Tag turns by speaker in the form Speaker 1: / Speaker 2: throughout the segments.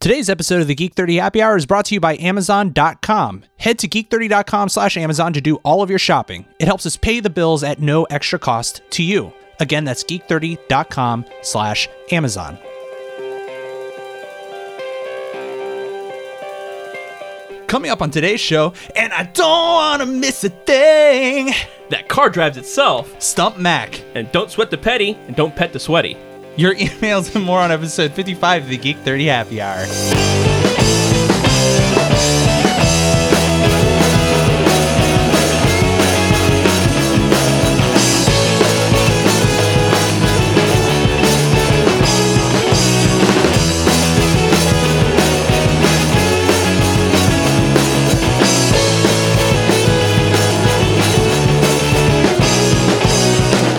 Speaker 1: Today's episode of the Geek 30 Happy Hour is brought to you by Amazon.com. Head to geek30.com slash Amazon to do all of your shopping. It helps us pay the bills at no extra cost to you. Again, that's geek30.com slash Amazon. Coming up on today's show, and I don't want to miss a thing,
Speaker 2: That car drives itself.
Speaker 1: Stump Mac.
Speaker 2: And don't sweat the petty, and don't pet the sweaty.
Speaker 1: Your emails and more on episode 55 of the Geek 30 Happy Hour.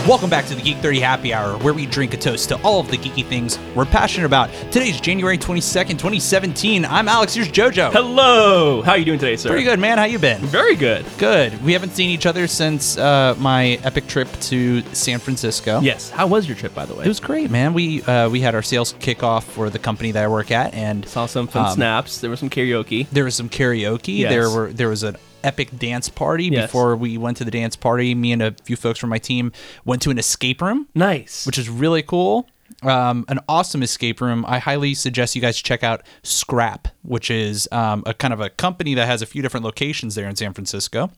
Speaker 1: Welcome back to the Geek 30 Happy Hour, where we drink a toast to all of the geeky things we're passionate about. Today's January 22nd, 2017. I'm Alex, here's JoJo.
Speaker 2: Hello! How are you doing today, sir?
Speaker 1: Pretty good, man. How you been?
Speaker 2: Very good.
Speaker 1: Good. We haven't seen each other since uh, my epic trip to San Francisco.
Speaker 2: Yes. How was your trip, by the way?
Speaker 1: It was great, man. We uh, we had our sales kickoff for the company that I work at, and
Speaker 2: Saw some fun
Speaker 1: Um,
Speaker 2: snaps. There was some karaoke.
Speaker 1: there was some karaoke.
Speaker 2: Yes.
Speaker 1: There were there was an epic dance party
Speaker 2: Yes.
Speaker 1: before we went to the dance party. Me and a few folks from my team went to an escape room.
Speaker 2: Nice.
Speaker 1: which is really cool. Um, an awesome escape room. I highly suggest you guys check out Scrap, which is um, a kind of a company that has a few different locations there in San Francisco.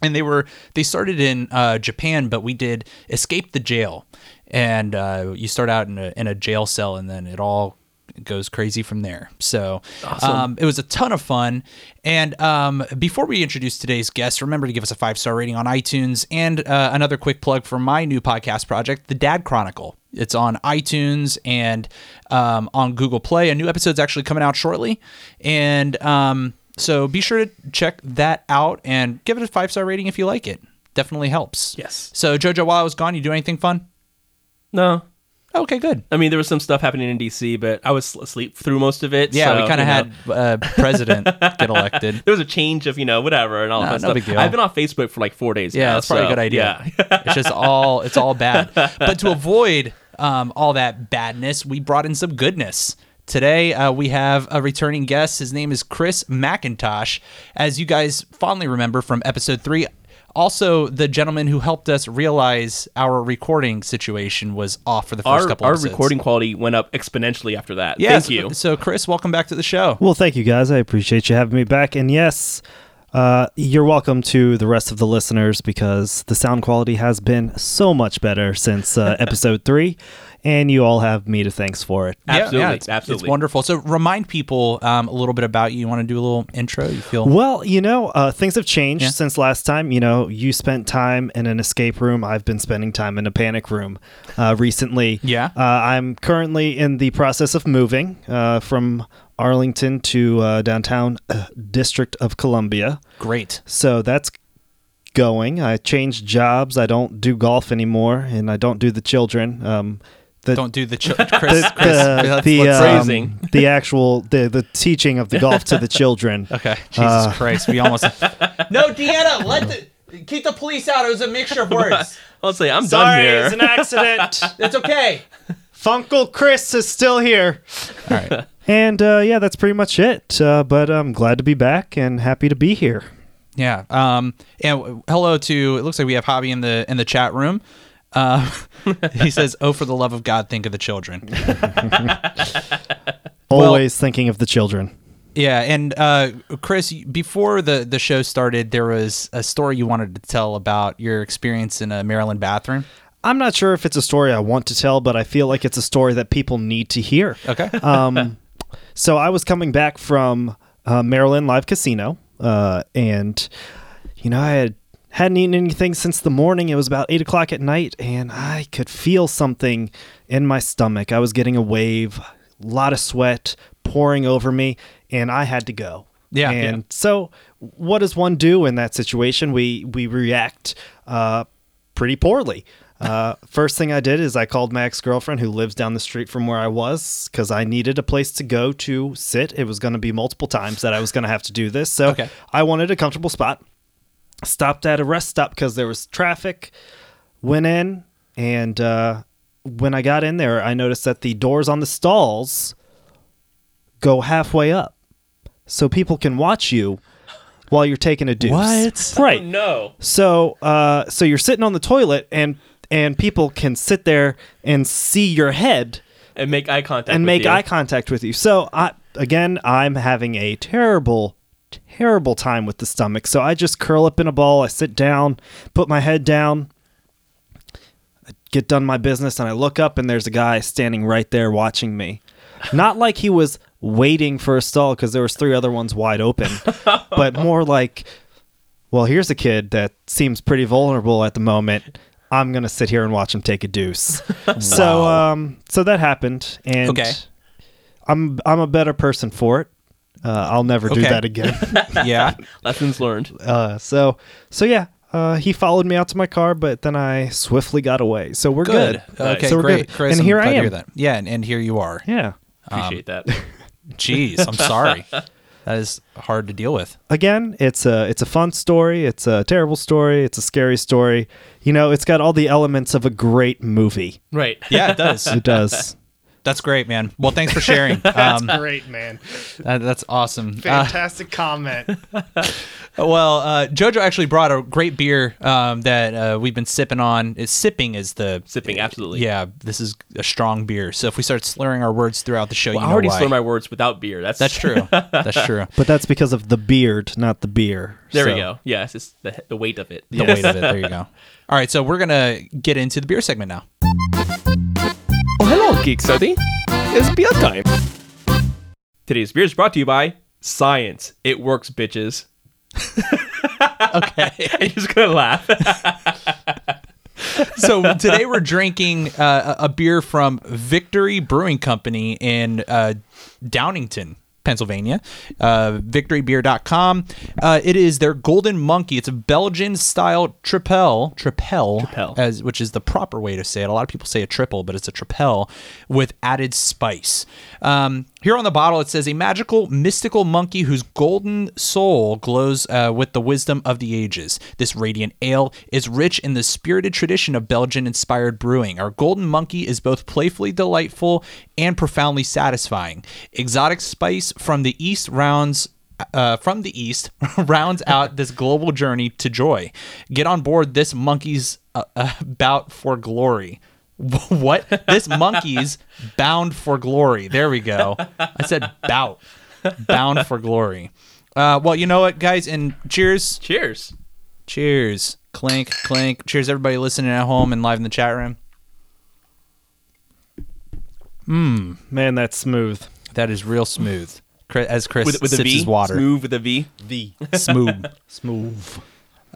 Speaker 1: And they were they started in uh, Japan, but we did escape the jail, and uh, you start out in a, in a jail cell, and then it all goes crazy from there. So um, it was a ton of fun. And um, before we introduce today's guest, remember to give us a five star rating on iTunes. And uh, another quick plug for my new podcast project, The Dad Chronicle. It's on iTunes and um, on Google Play. A new episode's actually coming out shortly. And um, so be sure to check that out and give it a five star rating if you like it. Definitely helps.
Speaker 2: Yes.
Speaker 1: So, JoJo, while I was gone, you do anything fun?
Speaker 2: no.
Speaker 1: Okay, good.
Speaker 2: I mean, there was some stuff happening in D.C., but I was sl- asleep through most of it.
Speaker 1: Yeah,
Speaker 2: so,
Speaker 1: we kind of
Speaker 2: you know,
Speaker 1: had uh, president get elected.
Speaker 2: There was a change of you know whatever and all
Speaker 1: No,
Speaker 2: that
Speaker 1: no
Speaker 2: stuff.
Speaker 1: big deal.
Speaker 2: I've been off Facebook for like four days.
Speaker 1: Yeah,
Speaker 2: now,
Speaker 1: that's probably a
Speaker 2: so,
Speaker 1: good idea. it's just all it's all bad. But to avoid um, all that badness, we brought in some goodness. Today uh, we have a returning guest. His name is Chris McIntosh, as you guys fondly remember from episode three. Also, the gentleman who helped us realize our recording situation was off for the first
Speaker 2: Our,
Speaker 1: couple
Speaker 2: our
Speaker 1: episodes.
Speaker 2: recording quality went up exponentially after that.
Speaker 1: Yes.
Speaker 2: Thank you.
Speaker 1: So, Chris, welcome back to the show.
Speaker 3: Well, thank you guys. I appreciate you having me back. And yes, uh, you're welcome to the rest of the listeners because the sound quality has been so much better since uh, episode three, and you all have me to thanks for it.
Speaker 1: Yeah, yeah,
Speaker 2: Absolutely,
Speaker 1: it's,
Speaker 2: absolutely.
Speaker 1: It's wonderful. So, remind people um, a little bit about you. You want to do a little intro? You feel
Speaker 3: Well, you know, uh, things have changed
Speaker 1: Yeah.
Speaker 3: since last time. You know, you spent time in an escape room. I've been spending time in a panic room uh, recently.
Speaker 1: Yeah.
Speaker 3: Uh, I'm currently in the process of moving uh, from Arlington to uh, downtown uh, District of Columbia.
Speaker 1: great.
Speaker 3: So that's going. I changed jobs. I don't do golf anymore, and I don't do the children. Um, the
Speaker 1: Don't do the uh, ch- Chris.
Speaker 3: the,
Speaker 1: Chris let's-
Speaker 3: the,
Speaker 1: let's-
Speaker 3: um,
Speaker 2: phrasing.
Speaker 3: the actual the the teaching of the golf to the children.
Speaker 1: okay. Jesus Christ, we almost. uh, no, Deanna, let the keep the police out. It was a mixture of words.
Speaker 2: I'll say I'm
Speaker 3: Sorry,
Speaker 2: done
Speaker 3: it's
Speaker 2: here.
Speaker 3: an accident.
Speaker 1: That's okay.
Speaker 3: Funkle Chris is still here.
Speaker 1: All right.
Speaker 3: And uh, yeah, that's pretty much it. Uh, but I'm glad to be back and happy to be here.
Speaker 1: Yeah. Um. And w- hello to. It looks like we have Hobby in the in the chat room. Uh, he says, "Oh, for the love of God, think of the children."
Speaker 3: Always thinking of the children.
Speaker 1: Yeah, and uh, Chris, before the the show started, there was a story you wanted to tell about your experience in a Maryland bathroom.
Speaker 3: I'm not sure if it's a story I want to tell, but I feel like it's a story that people need to hear.
Speaker 1: Okay.
Speaker 3: um, so I was coming back from uh, Maryland Live Casino, uh, and you know I had hadn't eaten anything since the morning. It was about eight o'clock at night, and I could feel something in my stomach. I was getting a wave, a lot of sweat pouring over me, and I had to go.
Speaker 1: Yeah,
Speaker 3: and
Speaker 1: yeah.
Speaker 3: so what does one do in that situation? We we react uh, pretty poorly. Uh, first thing I did is I called my ex girlfriend who lives down the street from where I was because I needed a place to go to sit. It was going to be multiple times that I was going to have to do this, so
Speaker 1: Okay.
Speaker 3: I wanted a comfortable spot. Stopped at a rest stop because there was traffic. Went in, and uh, when I got in there, I noticed that the doors on the stalls go halfway up so people can watch you while you're taking a deuce. Right.
Speaker 2: No.
Speaker 3: So uh, so you're sitting on the toilet and and people can sit there and see your head
Speaker 2: And make eye contact.
Speaker 3: and
Speaker 2: with
Speaker 3: make
Speaker 2: you.
Speaker 3: eye contact with you. So I again I'm having a terrible terrible time with the stomach. So I just curl up in a ball, I sit down, put my head down, I get done my business and I look up and there's a guy standing right there watching me. Not like he was waiting for a stall cuz there was three other ones wide open, but more like well, here's a kid that seems pretty vulnerable at the moment. I'm gonna sit here and watch him take a deuce. So, um, so that happened, and
Speaker 1: Okay.
Speaker 3: I'm I'm a better person for it. Uh, I'll never do
Speaker 1: Okay.
Speaker 3: that again.
Speaker 1: yeah.
Speaker 2: Lessons learned.
Speaker 3: uh, so, so yeah, uh, he followed me out to my car, but then I swiftly got away. So we're good.
Speaker 1: Okay,
Speaker 3: So we're
Speaker 1: great.
Speaker 3: good.
Speaker 1: Chris,
Speaker 3: and
Speaker 1: I'm
Speaker 3: here
Speaker 1: glad
Speaker 3: I
Speaker 1: to
Speaker 3: am.
Speaker 1: hear that. Yeah, and, and here you are.
Speaker 3: Yeah.
Speaker 2: Appreciate that.
Speaker 1: Jeez, I'm sorry. that is hard to deal with.
Speaker 3: Again, it's a it's a fun story. It's a terrible story. It's a scary story. You know, it's got all the elements of a great movie.
Speaker 2: Right.
Speaker 1: Yeah, it does.
Speaker 3: It does.
Speaker 1: That's great, man. Well, thanks for sharing. Um,
Speaker 4: Great, man.
Speaker 3: uh,
Speaker 1: that- that's awesome. Uh,
Speaker 4: Fantastic comment.
Speaker 1: Well, uh, Jojo actually brought a great beer um, that uh, we've been sipping on. It's sipping is the
Speaker 2: Sipping, absolutely.
Speaker 1: Yeah, this is a strong beer. So if we start slurring our words throughout the show,
Speaker 2: Well,
Speaker 1: you
Speaker 2: I
Speaker 1: know
Speaker 2: already
Speaker 1: why.
Speaker 2: slur my words without beer. That's
Speaker 1: That's true. That's true.
Speaker 3: But that's because of the beard, not the beer.
Speaker 2: There
Speaker 3: So-
Speaker 2: we go. Yeah, it's just the, the weight of it.
Speaker 1: The weight of it. There you go. All right, so we're gonna get into the beer segment now.
Speaker 2: Oh, hello, Geek Study. It's beer time. Today's beer is brought to you by Science. It works, bitches. okay. You're just going to laugh.
Speaker 1: so today we're drinking uh, a a beer from Victory Brewing Company in uh, Downington. Pennsylvania, uh, victorybeer.com. Uh, it is their Golden Monkey. It's a Belgian style uh, tripel, tripel,
Speaker 2: Tripel.
Speaker 1: as which is the proper way to say it. A lot of people say a triple, but it's a tripel with added spice. Um, here on the bottle, it says a magical, mystical monkey whose golden soul glows uh, with the wisdom of the ages. This radiant ale is rich in the spirited tradition of Belgian inspired brewing. Our golden monkey is both playfully delightful and profoundly satisfying. Exotic spice from the east rounds uh, from the east rounds out this global journey to joy. Get on board this monkey's uh, uh, bout for glory. What? This monkey's bound for glory. There we go. I said bout. Bound for glory. Uh, well, you know what, guys, and cheers.
Speaker 2: Cheers.
Speaker 1: Cheers. Clink, clink. Cheers, everybody listening at home and live in the chat room.
Speaker 3: Man, that's smooth.
Speaker 1: That is real smooth. Chris- As Chris
Speaker 2: With, with a
Speaker 1: sips
Speaker 2: V.
Speaker 1: his water.
Speaker 2: Smooth with a V.
Speaker 3: The
Speaker 1: Smooth.
Speaker 3: smooth.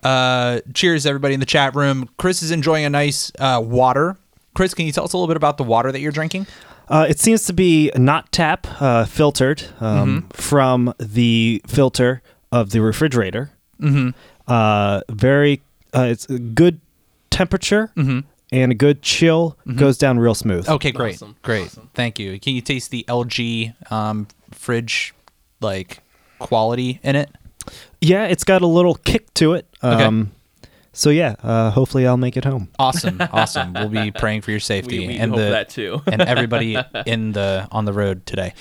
Speaker 1: Uh, cheers, everybody in the chat room. Chris is enjoying a nice uh, water. Chris, can you tell us a little bit about the water that you're drinking?
Speaker 3: Uh, it seems to be not tap uh, filtered um, from the filter of the refrigerator. Mm-hmm. Uh, very, uh, it's a good temperature and a good chill. Goes down real smooth.
Speaker 1: Okay, great,
Speaker 2: Awesome.
Speaker 1: great. Thank you. Can you taste the LG um, fridge like quality in it?
Speaker 3: Yeah, it's got a little kick to it.
Speaker 1: Okay.
Speaker 3: Um, So yeah, uh, hopefully I'll make it home.
Speaker 1: Awesome, awesome. We'll be praying for your safety
Speaker 2: We, we
Speaker 1: and
Speaker 2: hope
Speaker 1: the
Speaker 2: that too.
Speaker 1: and everybody in the on the road today.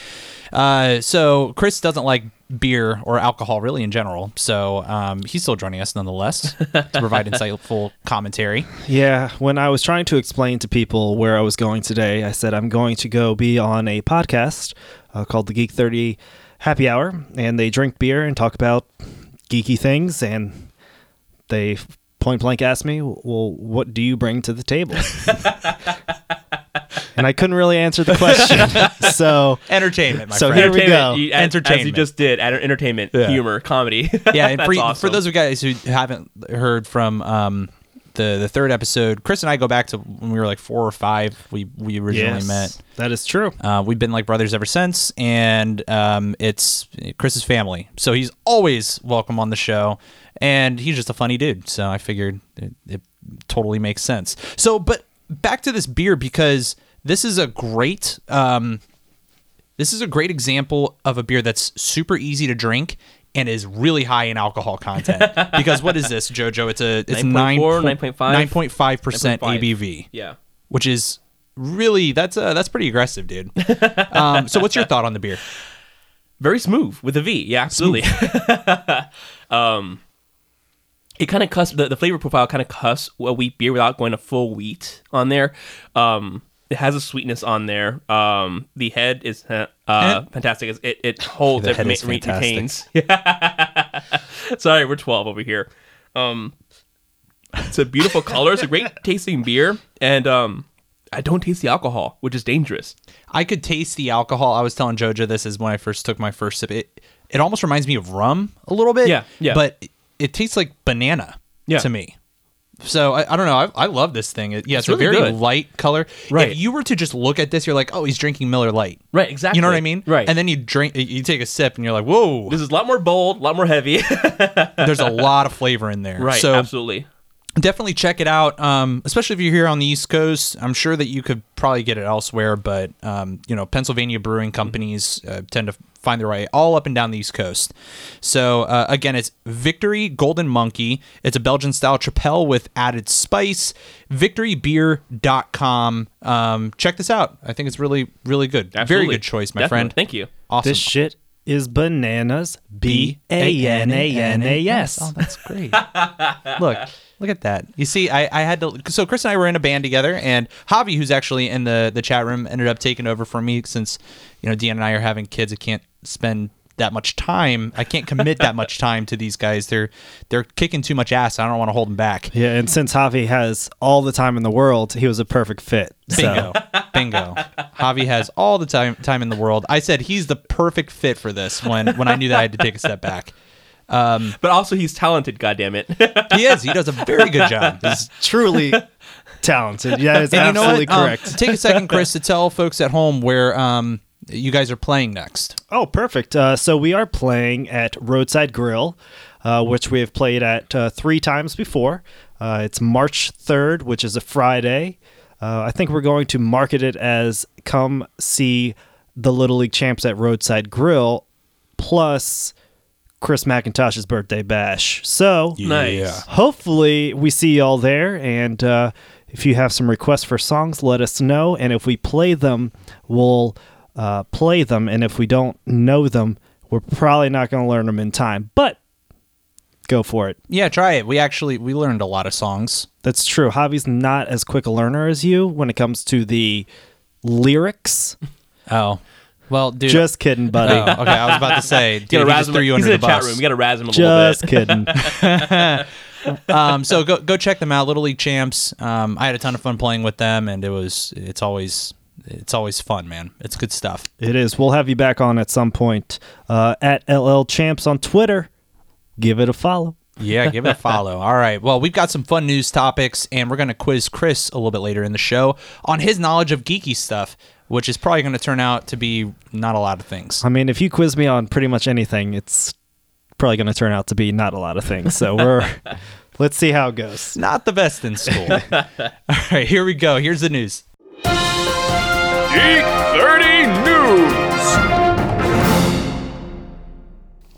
Speaker 1: Uh, so Chris doesn't like beer or alcohol really in general. So um, he's still joining us nonetheless to provide insightful commentary.
Speaker 3: Yeah, when I was trying to explain to people where I was going today, I said I'm going to go be on a podcast uh, called the Geek 30 Happy Hour, and they drink beer and talk about geeky things. And they point blank asked me, Well, what do you bring to the table? and I couldn't really answer the question. so,
Speaker 1: Entertainment, my
Speaker 3: So
Speaker 1: friend.
Speaker 3: here we go.
Speaker 2: You, as, As you
Speaker 1: Entertainment.
Speaker 2: just did, enter- entertainment, humor, comedy.
Speaker 1: yeah, and for,
Speaker 2: That's awesome.
Speaker 1: for those of you guys who haven't heard from um, the the third episode, Chris and I go back to when we were like four or five. We we originally met.
Speaker 3: that is true.
Speaker 1: Uh, we've been like brothers ever since, and um, it's Chris's family, so he's always welcome on the show, and he's just a funny dude. So I figured it, it totally makes sense. So, but back to this beer because this is a great. Um, this is a great example of a beer that's super easy to drink and is really high in alcohol content. because what is this, Jojo? It's a it's
Speaker 2: 9.4, 9.5?
Speaker 1: 9.5 percent
Speaker 2: 9.5.
Speaker 1: ABV
Speaker 2: yeah.
Speaker 1: which is really that's uh, that's pretty aggressive, dude. um, so, what's your thought on the beer?
Speaker 2: Very smooth with a V. Yeah, absolutely. um, it kind of cuss the, the flavor profile kind of cuss a wheat beer without going to full wheat on there. Um, it has a sweetness on there. Um, the head is uh, uh, fantastic. It's- It it holds
Speaker 1: The
Speaker 2: it
Speaker 1: head
Speaker 2: ma-
Speaker 1: is
Speaker 2: re-
Speaker 1: fantastic.
Speaker 2: retains. Sorry, we're twelve over here. Um, it's a beautiful color. It's a great tasting beer, and um, I don't taste the alcohol, which is dangerous.
Speaker 1: I could taste the alcohol. I was telling Jojo this is when I first took my first sip. It it almost reminds me of rum a little bit.
Speaker 2: Yeah, yeah.
Speaker 1: But it, it tastes like banana
Speaker 2: Yeah.
Speaker 1: to me. So I, I don't know. I, I love this thing. It, yeah, it's,
Speaker 2: really
Speaker 1: a very
Speaker 2: good.
Speaker 1: light color.
Speaker 2: Right.
Speaker 1: If you were to just look at this, you're like, oh, he's drinking Miller Light.
Speaker 2: Right, exactly.
Speaker 1: You know what I mean?
Speaker 2: Right.
Speaker 1: And then you drink, you take a sip, and you're like, whoa,
Speaker 2: This is a lot more bold, a lot more heavy.
Speaker 1: there's a lot of flavor in there.
Speaker 2: right,
Speaker 1: So
Speaker 2: absolutely.
Speaker 1: definitely check it out um, especially if you're here on the east coast i'm sure that you could probably get it elsewhere but um, you know pennsylvania brewing
Speaker 2: Mm-hmm.
Speaker 1: companies uh, tend to find their way all up and down the east coast so uh, again it's victory golden monkey it's a belgian style chapelle with added spice victorybeer.com um, check this out i think it's really really good
Speaker 2: Absolutely.
Speaker 1: very good choice my
Speaker 2: Definitely.
Speaker 1: friend
Speaker 2: Thank you.
Speaker 1: awesome
Speaker 3: This shit is bananas. B A N A N A
Speaker 1: Oh,
Speaker 3: S.
Speaker 1: that's great. look, look at that. You see, I, I had to. So Chris and I were in a band together, and Javi, who's actually in the the chat room, ended up taking over for me since you know Deanna and I are having kids. I can't spend that much time. I can't commit that much time to these guys. They're they're kicking too much ass. I don't want to hold them back.
Speaker 3: Yeah, and since Javi has all the time in the world, he was a perfect fit. So
Speaker 1: Bingo, bingo. Javi has all the time time in the world. I said he's the perfect fit for this. When when I knew that I had to take a step back.
Speaker 2: But also, he's talented. God damn it.
Speaker 1: He is. He does a very good job. He's
Speaker 3: truly talented. Yeah, it's
Speaker 1: And
Speaker 3: absolutely
Speaker 1: you know what? Um,
Speaker 3: correct.
Speaker 1: take a second, Chris, to tell folks at home where um, you guys are playing next.
Speaker 3: Oh, perfect. Uh, so we are playing at Roadside Grill, uh, which we have played at uh, three times before. Uh, it's March 3rd, which is a Friday. Uh, I think we're going to market it as come see the Little League Champs at Roadside Grill, plus Chris McIntosh's birthday bash. So
Speaker 2: nice.
Speaker 3: hopefully we see y'all there and uh, if you have some requests for songs let us know and if we play them we'll uh, play them and if we don't know them we're probably not going to learn them in time but go for it
Speaker 1: Yeah, try it. We actually we learned a lot of songs.
Speaker 3: that's true javi's not as quick a learner as you when it comes to the lyrics
Speaker 1: Oh, well, dude.
Speaker 3: just kidding
Speaker 1: oh,
Speaker 3: buddy
Speaker 1: okay, I was about to say, dude,
Speaker 2: You
Speaker 1: he
Speaker 2: gotta razz
Speaker 1: just
Speaker 2: him.
Speaker 1: threw you
Speaker 2: he's
Speaker 1: under
Speaker 2: in
Speaker 1: the
Speaker 2: the chat
Speaker 1: bus.
Speaker 2: room. You gotta razz him a little bit.
Speaker 3: just kidding
Speaker 1: um, so go go check them out, Little League Champs. Um, I had a ton of fun playing with them, and it was it's always it's always fun, man. It's good stuff.
Speaker 3: It is. We'll have you back on at some point. Uh, at LL Champs on Twitter. Give it a follow.
Speaker 1: Yeah, give it a follow. All right. Well, we've got some fun news topics, and we're going to quiz Chris a little bit later in the show on his knowledge of geeky stuff, which is probably going to turn out to be not a lot of things.
Speaker 3: I mean, if you quiz me on pretty much anything, it's probably going to turn out to be not a lot of things. So we're let's see how it goes.
Speaker 1: Not the best in school. All right, here we go. Here's the news.
Speaker 2: Geek 30 News.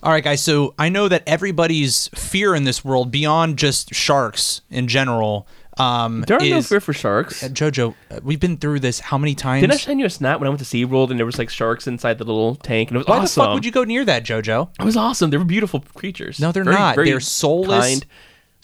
Speaker 1: All right, guys. So I know that everybody's fear in this world, beyond just sharks in general, um,
Speaker 2: There are no
Speaker 1: is
Speaker 2: fear for sharks.
Speaker 1: Jojo. uh, We've been through this how many times?
Speaker 2: Didn't I send you a snap when I went to SeaWorld and there was like sharks inside the little tank and it was
Speaker 1: Why
Speaker 2: awesome.
Speaker 1: the fuck would you go near that, Jojo?
Speaker 2: It was awesome. They were beautiful creatures.
Speaker 1: No, they're
Speaker 2: Very-
Speaker 1: not.
Speaker 2: very
Speaker 1: They're soulless-
Speaker 2: Kind.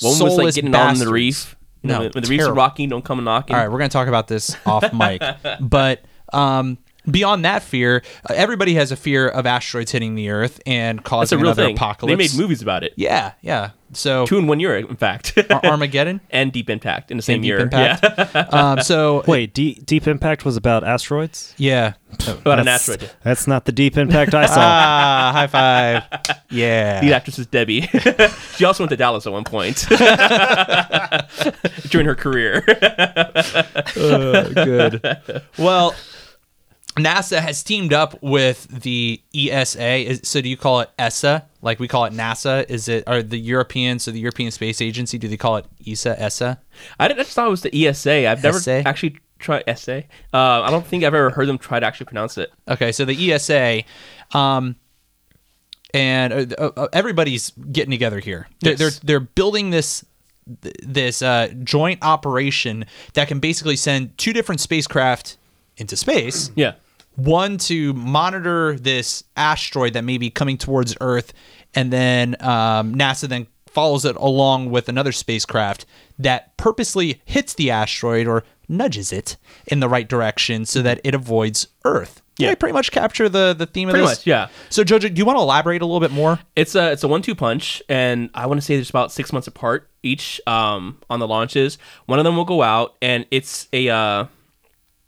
Speaker 2: One was like
Speaker 1: soulless
Speaker 2: getting on
Speaker 1: bastards.
Speaker 2: the reef. You know,
Speaker 1: No,
Speaker 2: when the reefs are
Speaker 1: terrible.
Speaker 2: rocking, don't come knocking.
Speaker 1: All right, we're going to talk about this off mic. But um, beyond that fear, uh, everybody has a fear of asteroids hitting the Earth and
Speaker 2: That's a
Speaker 1: causing
Speaker 2: real
Speaker 1: another
Speaker 2: thing.
Speaker 1: apocalypse.
Speaker 2: They made movies about it.
Speaker 1: Yeah, yeah. So
Speaker 2: Two in one year, in fact.
Speaker 1: Ar- Armageddon
Speaker 2: and Deep Impact in the same
Speaker 1: and Deep
Speaker 2: year.
Speaker 1: Impact.
Speaker 2: Yeah.
Speaker 1: um, so
Speaker 3: Wait, D- Deep Impact was about asteroids?
Speaker 1: yeah.
Speaker 2: About an
Speaker 3: That's-
Speaker 2: asteroid.
Speaker 3: That's not the Deep Impact I saw.
Speaker 1: Ah, high five. Yeah.
Speaker 2: Lead actress is Debbie. she also went to Dallas at one point during her career.
Speaker 1: Ah, Well, NASA has teamed up with the ESA. Is, so do you call it ESA? Like we call it NASA? Is it are the European? So the European Space Agency? Do they call it E ESA? ESA?
Speaker 2: I, didn't, I just thought it was the ESA. I've never
Speaker 1: SA?
Speaker 2: actually tried SA. Uh, I don't think I've ever heard them try to actually pronounce it.
Speaker 1: Okay, so the ESA, um, and uh, uh, everybody's getting together here. They're
Speaker 2: Yes.
Speaker 1: they're, they're building this th- this uh, joint operation that can basically send two different spacecraft into space
Speaker 2: Yeah.
Speaker 1: one to monitor this asteroid that may be coming towards Earth, and then um, NASA then follows it along with another spacecraft that purposely hits the asteroid or nudges it in the right direction so that it avoids Earth. Yeah, I pretty much capture the the theme of
Speaker 2: Pretty
Speaker 1: this.
Speaker 2: much, yeah.
Speaker 1: So Jojo, do you want to elaborate a little bit more?
Speaker 2: It's a it's a one two punch, and I want to say there's about six months apart each um, on the launches. One of them will go out, and it's a uh,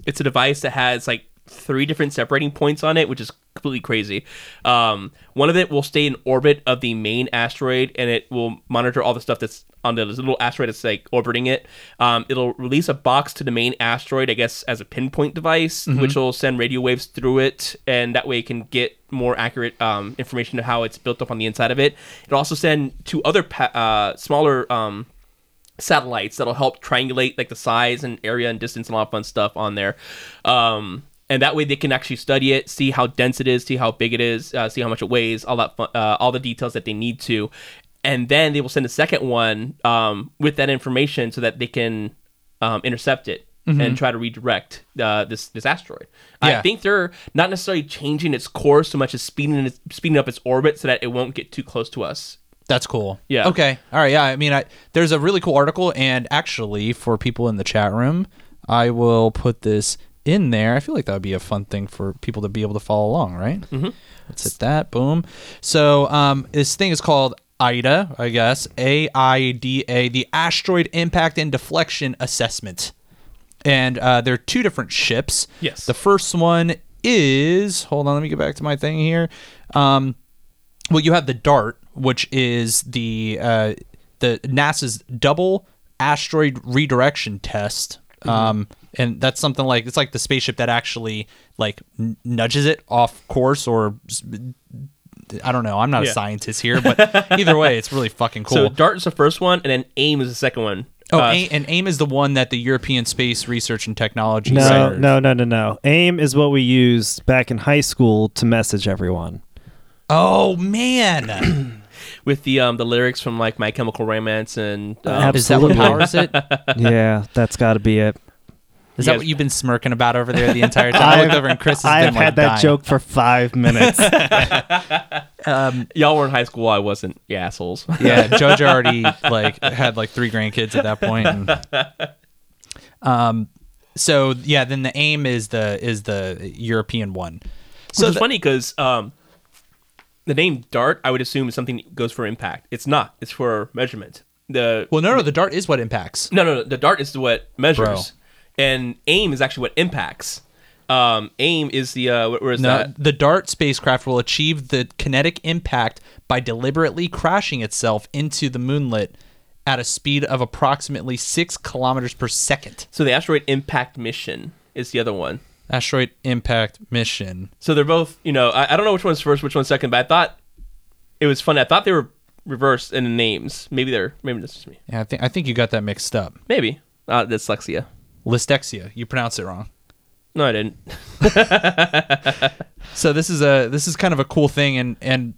Speaker 2: it's a device that has like three different separating points on it, which is completely crazy. Um, one of it will stay in orbit of the main asteroid, and it will monitor all the stuff that's on the little asteroid that's like orbiting it. Um, it'll release a box to the main asteroid, I guess, as a pinpoint device, which will send radio waves through it, and that way it can get more accurate um, information of how it's built up on the inside of it. It'll also send two other pa- uh, smaller um, satellites that'll help triangulate like the size and area and distance and all that fun stuff on there. Um, and that way they can actually study it, see how dense it is, see how big it is, uh, see how much it weighs, all that fun, uh, all the details that they need to. And then they will send a second one um, with that information so that they can um, intercept it and try to redirect uh, this this asteroid.
Speaker 1: Mm-hmm. Yeah.
Speaker 2: I think they're not necessarily changing its course so much as speeding its, speeding up its orbit so that it won't get too close to us.
Speaker 1: That's cool.
Speaker 2: Yeah.
Speaker 1: Okay. All right. Yeah. I mean, I, there's a really cool article, and actually, for people in the chat room, I will put this in there. I feel like that would be a fun thing for people to be able to follow along, right? Mm-hmm. Let's hit that. Boom. So, um, this thing is called IDA, I guess. A I D A, the Asteroid Impact and Deflection Assessment. And uh, there are two different ships.
Speaker 2: Yes.
Speaker 1: The first one is, hold on, let me get back to my thing here. Um, well, you have the DART, which is the uh, the NASA's double asteroid redirection test,
Speaker 3: Mm-hmm.
Speaker 1: um, and that's something like it's like the spaceship that actually like n- nudges it off course or. s- I don't know. I'm not a
Speaker 2: Yeah.
Speaker 1: scientist here, but either way, it's really fucking cool.
Speaker 2: So Dart is the first one, and then AIM is the second one.
Speaker 1: oh,
Speaker 2: Uh,
Speaker 1: A- and AIM is the one that the European Space Research and Technology
Speaker 3: No,
Speaker 1: Center.
Speaker 3: no, no, no, no. AIM is what we used back in high school to message everyone.
Speaker 1: Oh man,
Speaker 2: with the um the lyrics from like My Chemical Romance and uh,
Speaker 3: Ab-
Speaker 1: is that what
Speaker 3: Absolutely.
Speaker 1: powers it?
Speaker 3: yeah, that's got to be it.
Speaker 1: Is that
Speaker 2: You guys-
Speaker 1: what you've been smirking about over there the entire time? I looked over and Chris has
Speaker 3: I
Speaker 1: been
Speaker 3: have
Speaker 1: like,
Speaker 3: had that
Speaker 1: dying.
Speaker 3: joke for five minutes.
Speaker 2: y'all were in high school. I wasn't. You assholes.
Speaker 1: yeah, Jojo already like had like three grandkids at that point. and- um, so yeah, then the aim is the is the European one.
Speaker 2: So
Speaker 1: So
Speaker 2: it's
Speaker 1: the-
Speaker 2: funny because um the name Dart I would assume is something that goes for impact. It's not. It's for measurement. The
Speaker 1: well, no, no, the dart is what impacts.
Speaker 2: no no, no the Dart is what measures,
Speaker 1: Bro.
Speaker 2: and AIM is actually what impacts. Um, AIM is the uh, where- where is
Speaker 1: No,
Speaker 2: that?
Speaker 1: the dart spacecraft will achieve the kinetic impact by deliberately crashing itself into the moonlet at a speed of approximately six kilometers per second.
Speaker 2: So the asteroid impact mission is the other one.
Speaker 1: Asteroid impact mission.
Speaker 2: So they're both, you know, I, I don't know which one's first, which one's second, but I thought it was funny. I thought they were reversed in the names. Maybe they're, maybe that's just me.
Speaker 1: Yeah, I think I think you got that mixed up.
Speaker 2: Maybe. Uh, dyslexia.
Speaker 1: Listexia. You pronounce it wrong.
Speaker 2: No, I didn't.
Speaker 1: So this is a this is kind of a cool thing, and and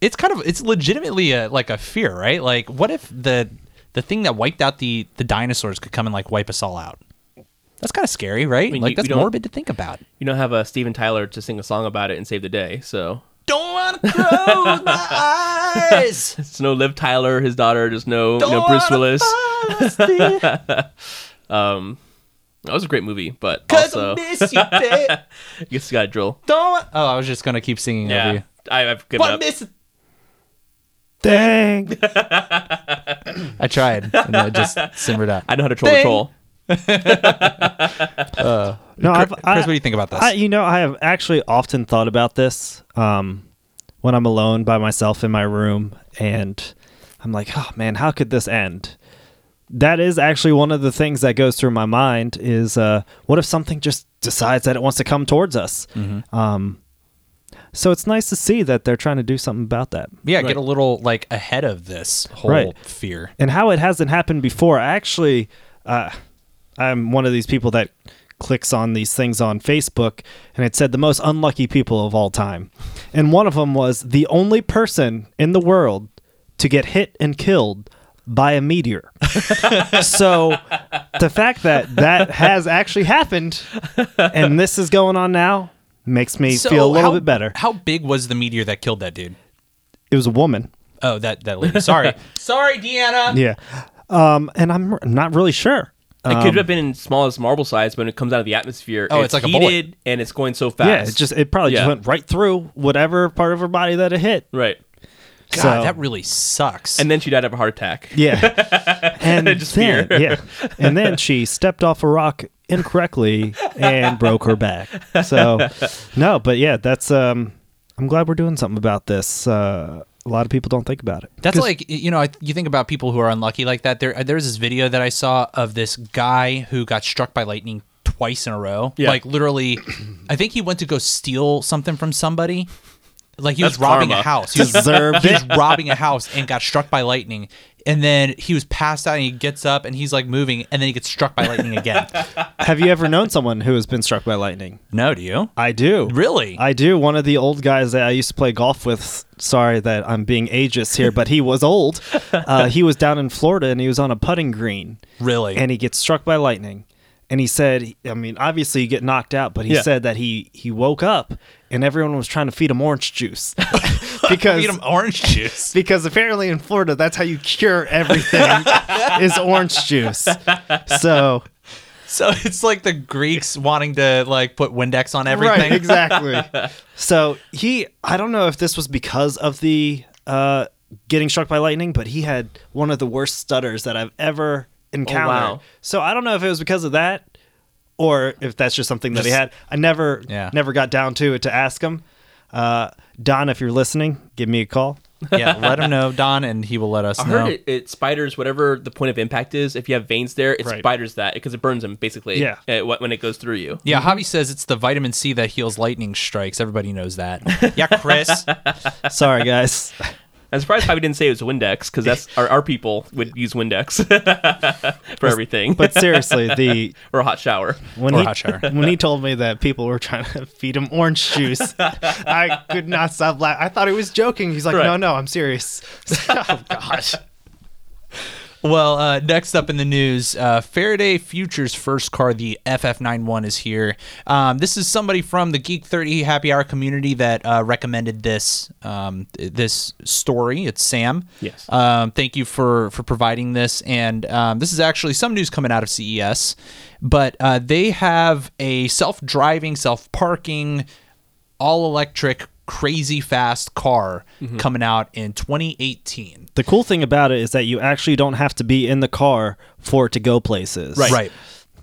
Speaker 1: it's kind of it's legitimately a like a fear, right? Like, what if the the thing that wiped out the the dinosaurs could come and like wipe us all out? That's kind of scary, right?
Speaker 2: mean,
Speaker 1: like
Speaker 2: you-
Speaker 1: that's
Speaker 2: you don't-
Speaker 1: morbid to think about.
Speaker 2: You don't have uh, Steven Tyler to sing a song about it and save the day, so.
Speaker 1: Don't want to close my eyes.
Speaker 2: There's no Liv Tyler, his daughter, there's no, you
Speaker 1: Don't
Speaker 2: know, Bruce
Speaker 1: wanna
Speaker 2: Willis.
Speaker 1: fall asleep
Speaker 2: Um, that was a great movie, but
Speaker 1: 'cause I
Speaker 2: also,
Speaker 1: miss you, babe.
Speaker 2: I guess you gotta drill.
Speaker 1: Don't. want- Oh, I was just gonna keep singing over
Speaker 2: Yeah.
Speaker 1: you.
Speaker 2: I, I've given
Speaker 1: One
Speaker 2: up.
Speaker 1: miss.
Speaker 3: Dang.
Speaker 1: I tried, and then it just simmered out.
Speaker 2: I know how to troll the
Speaker 1: Ding.
Speaker 2: troll.
Speaker 3: No,
Speaker 1: Chris,
Speaker 3: I've, I,
Speaker 1: what do you think about this?
Speaker 3: I, you know, I have actually often thought about this um, when I'm alone by myself in my room, and I'm like, oh man, how could this end? That is actually one of the things that goes through my mind is uh, what if something just decides that it wants to come towards us?
Speaker 1: Mm-hmm.
Speaker 3: Um, so it's nice to see that they're trying to do something about that.
Speaker 1: yeah, get
Speaker 2: Right.
Speaker 1: a little like ahead of this whole
Speaker 3: Right.
Speaker 1: fear.
Speaker 3: and how it hasn't happened before. I actually, uh, I'm one of these people that clicks on these things on Facebook, and it said the most unlucky people of all time. And one of them was the only person in the world to get hit and killed by a meteor. so the fact that that has actually happened and this is going on now makes me
Speaker 1: So
Speaker 3: feel a little
Speaker 1: how-
Speaker 3: bit better.
Speaker 1: How big was the meteor that killed that dude?
Speaker 3: It was a woman.
Speaker 1: Oh, that that lady. Sorry, sorry, Deanna.
Speaker 3: Yeah. Um, and I'm r- not really sure.
Speaker 2: It could have been in small as marble size, but when it comes out of the atmosphere,
Speaker 1: Oh, it's like a bullet.
Speaker 2: heated and it's going so fast.
Speaker 3: Yeah, it just it probably
Speaker 2: Yeah.
Speaker 3: just went right through whatever part of her body that it hit.
Speaker 2: right.
Speaker 1: God,
Speaker 3: So-
Speaker 1: that really sucks.
Speaker 2: And then she died of a heart attack.
Speaker 3: Yeah. And
Speaker 2: Just
Speaker 3: then, yeah. And then she stepped off a rock incorrectly and broke her back. So no, but yeah, that's um I'm glad we're doing something about this. Uh a lot of people don't think about it.
Speaker 1: That's
Speaker 3: 'Cause-
Speaker 1: like you know, I- you think about people who are unlucky like that. There, there's this video that I saw of this guy who got struck by lightning twice in a row.
Speaker 2: Yeah.
Speaker 1: Like literally, I think he went to go steal something from somebody. Like he was
Speaker 2: That's
Speaker 1: robbing
Speaker 2: karma.
Speaker 1: a house. He was,
Speaker 3: Deserved
Speaker 1: he was robbing a house and got struck by lightning. And then he was passed out and he gets up and he's like moving and then he gets struck by lightning again.
Speaker 3: have you ever known someone who has been struck by lightning?
Speaker 1: no, do you?
Speaker 3: I do.
Speaker 1: Really?
Speaker 3: I do. One of the old guys that I used to play golf with. Sorry that I'm being ageist here, but he was old. Uh, he was down in Florida and he was on a putting green,
Speaker 1: really?
Speaker 3: and he gets struck by lightning. And he said, I mean, obviously you get knocked out, but he
Speaker 2: Yeah.
Speaker 3: said that he he woke up and everyone was trying to feed him orange juice because
Speaker 1: Feed him orange juice.
Speaker 3: because apparently in Florida that's how you cure everything is orange juice. So
Speaker 1: so it's like the Greeks wanting to like put Windex on everything.
Speaker 3: Right, exactly. so he, I don't know if this was because of the uh, getting struck by lightning, but he had one of the worst stutters that I've ever encountered.
Speaker 2: wow.
Speaker 3: So I don't know if it was because of that or if that's just something that he had. I never,
Speaker 1: Yeah.
Speaker 3: never got down to it to ask him. Uh, Don, if you're listening, give me a call.
Speaker 1: yeah, let him know, Don, and he will let us
Speaker 2: I
Speaker 1: know.
Speaker 2: heard it, it spiders whatever the point of impact is. If you have veins there, it
Speaker 3: Right.
Speaker 2: spiders that because it burns them basically.
Speaker 3: Yeah.
Speaker 2: uh, wh- when it goes through you.
Speaker 1: Yeah, Javi says it's the vitamin C that heals lightning strikes. Everybody knows that. Yeah, Chris.
Speaker 3: Sorry, guys.
Speaker 2: I'm surprised how we didn't say it was Windex because that's our, our people would use Windex for everything
Speaker 3: but seriously, the
Speaker 2: or a hot shower.
Speaker 3: when
Speaker 1: Or
Speaker 3: he,
Speaker 1: hot shower.
Speaker 3: when he told me that people were trying to feed him orange juice, I could not stop laughing. I thought he was joking. He's like,
Speaker 2: Right.
Speaker 3: "No, no, I'm serious." oh gosh.
Speaker 1: well, uh, next up in the news, uh, Faraday Future's first car, the FF91, is here. Um, this is somebody from the Geek 30 Happy Hour community that uh, recommended this um, th- this story. It's Sam.
Speaker 2: Yes.
Speaker 1: Um, thank you for for providing this. And um, this is actually some news coming out of CES, but uh, they have a self driving, self parking, all electric, crazy fast car coming out in 2018.
Speaker 3: The cool thing about it is that you actually don't have to be in the car for it to go places.
Speaker 1: Right.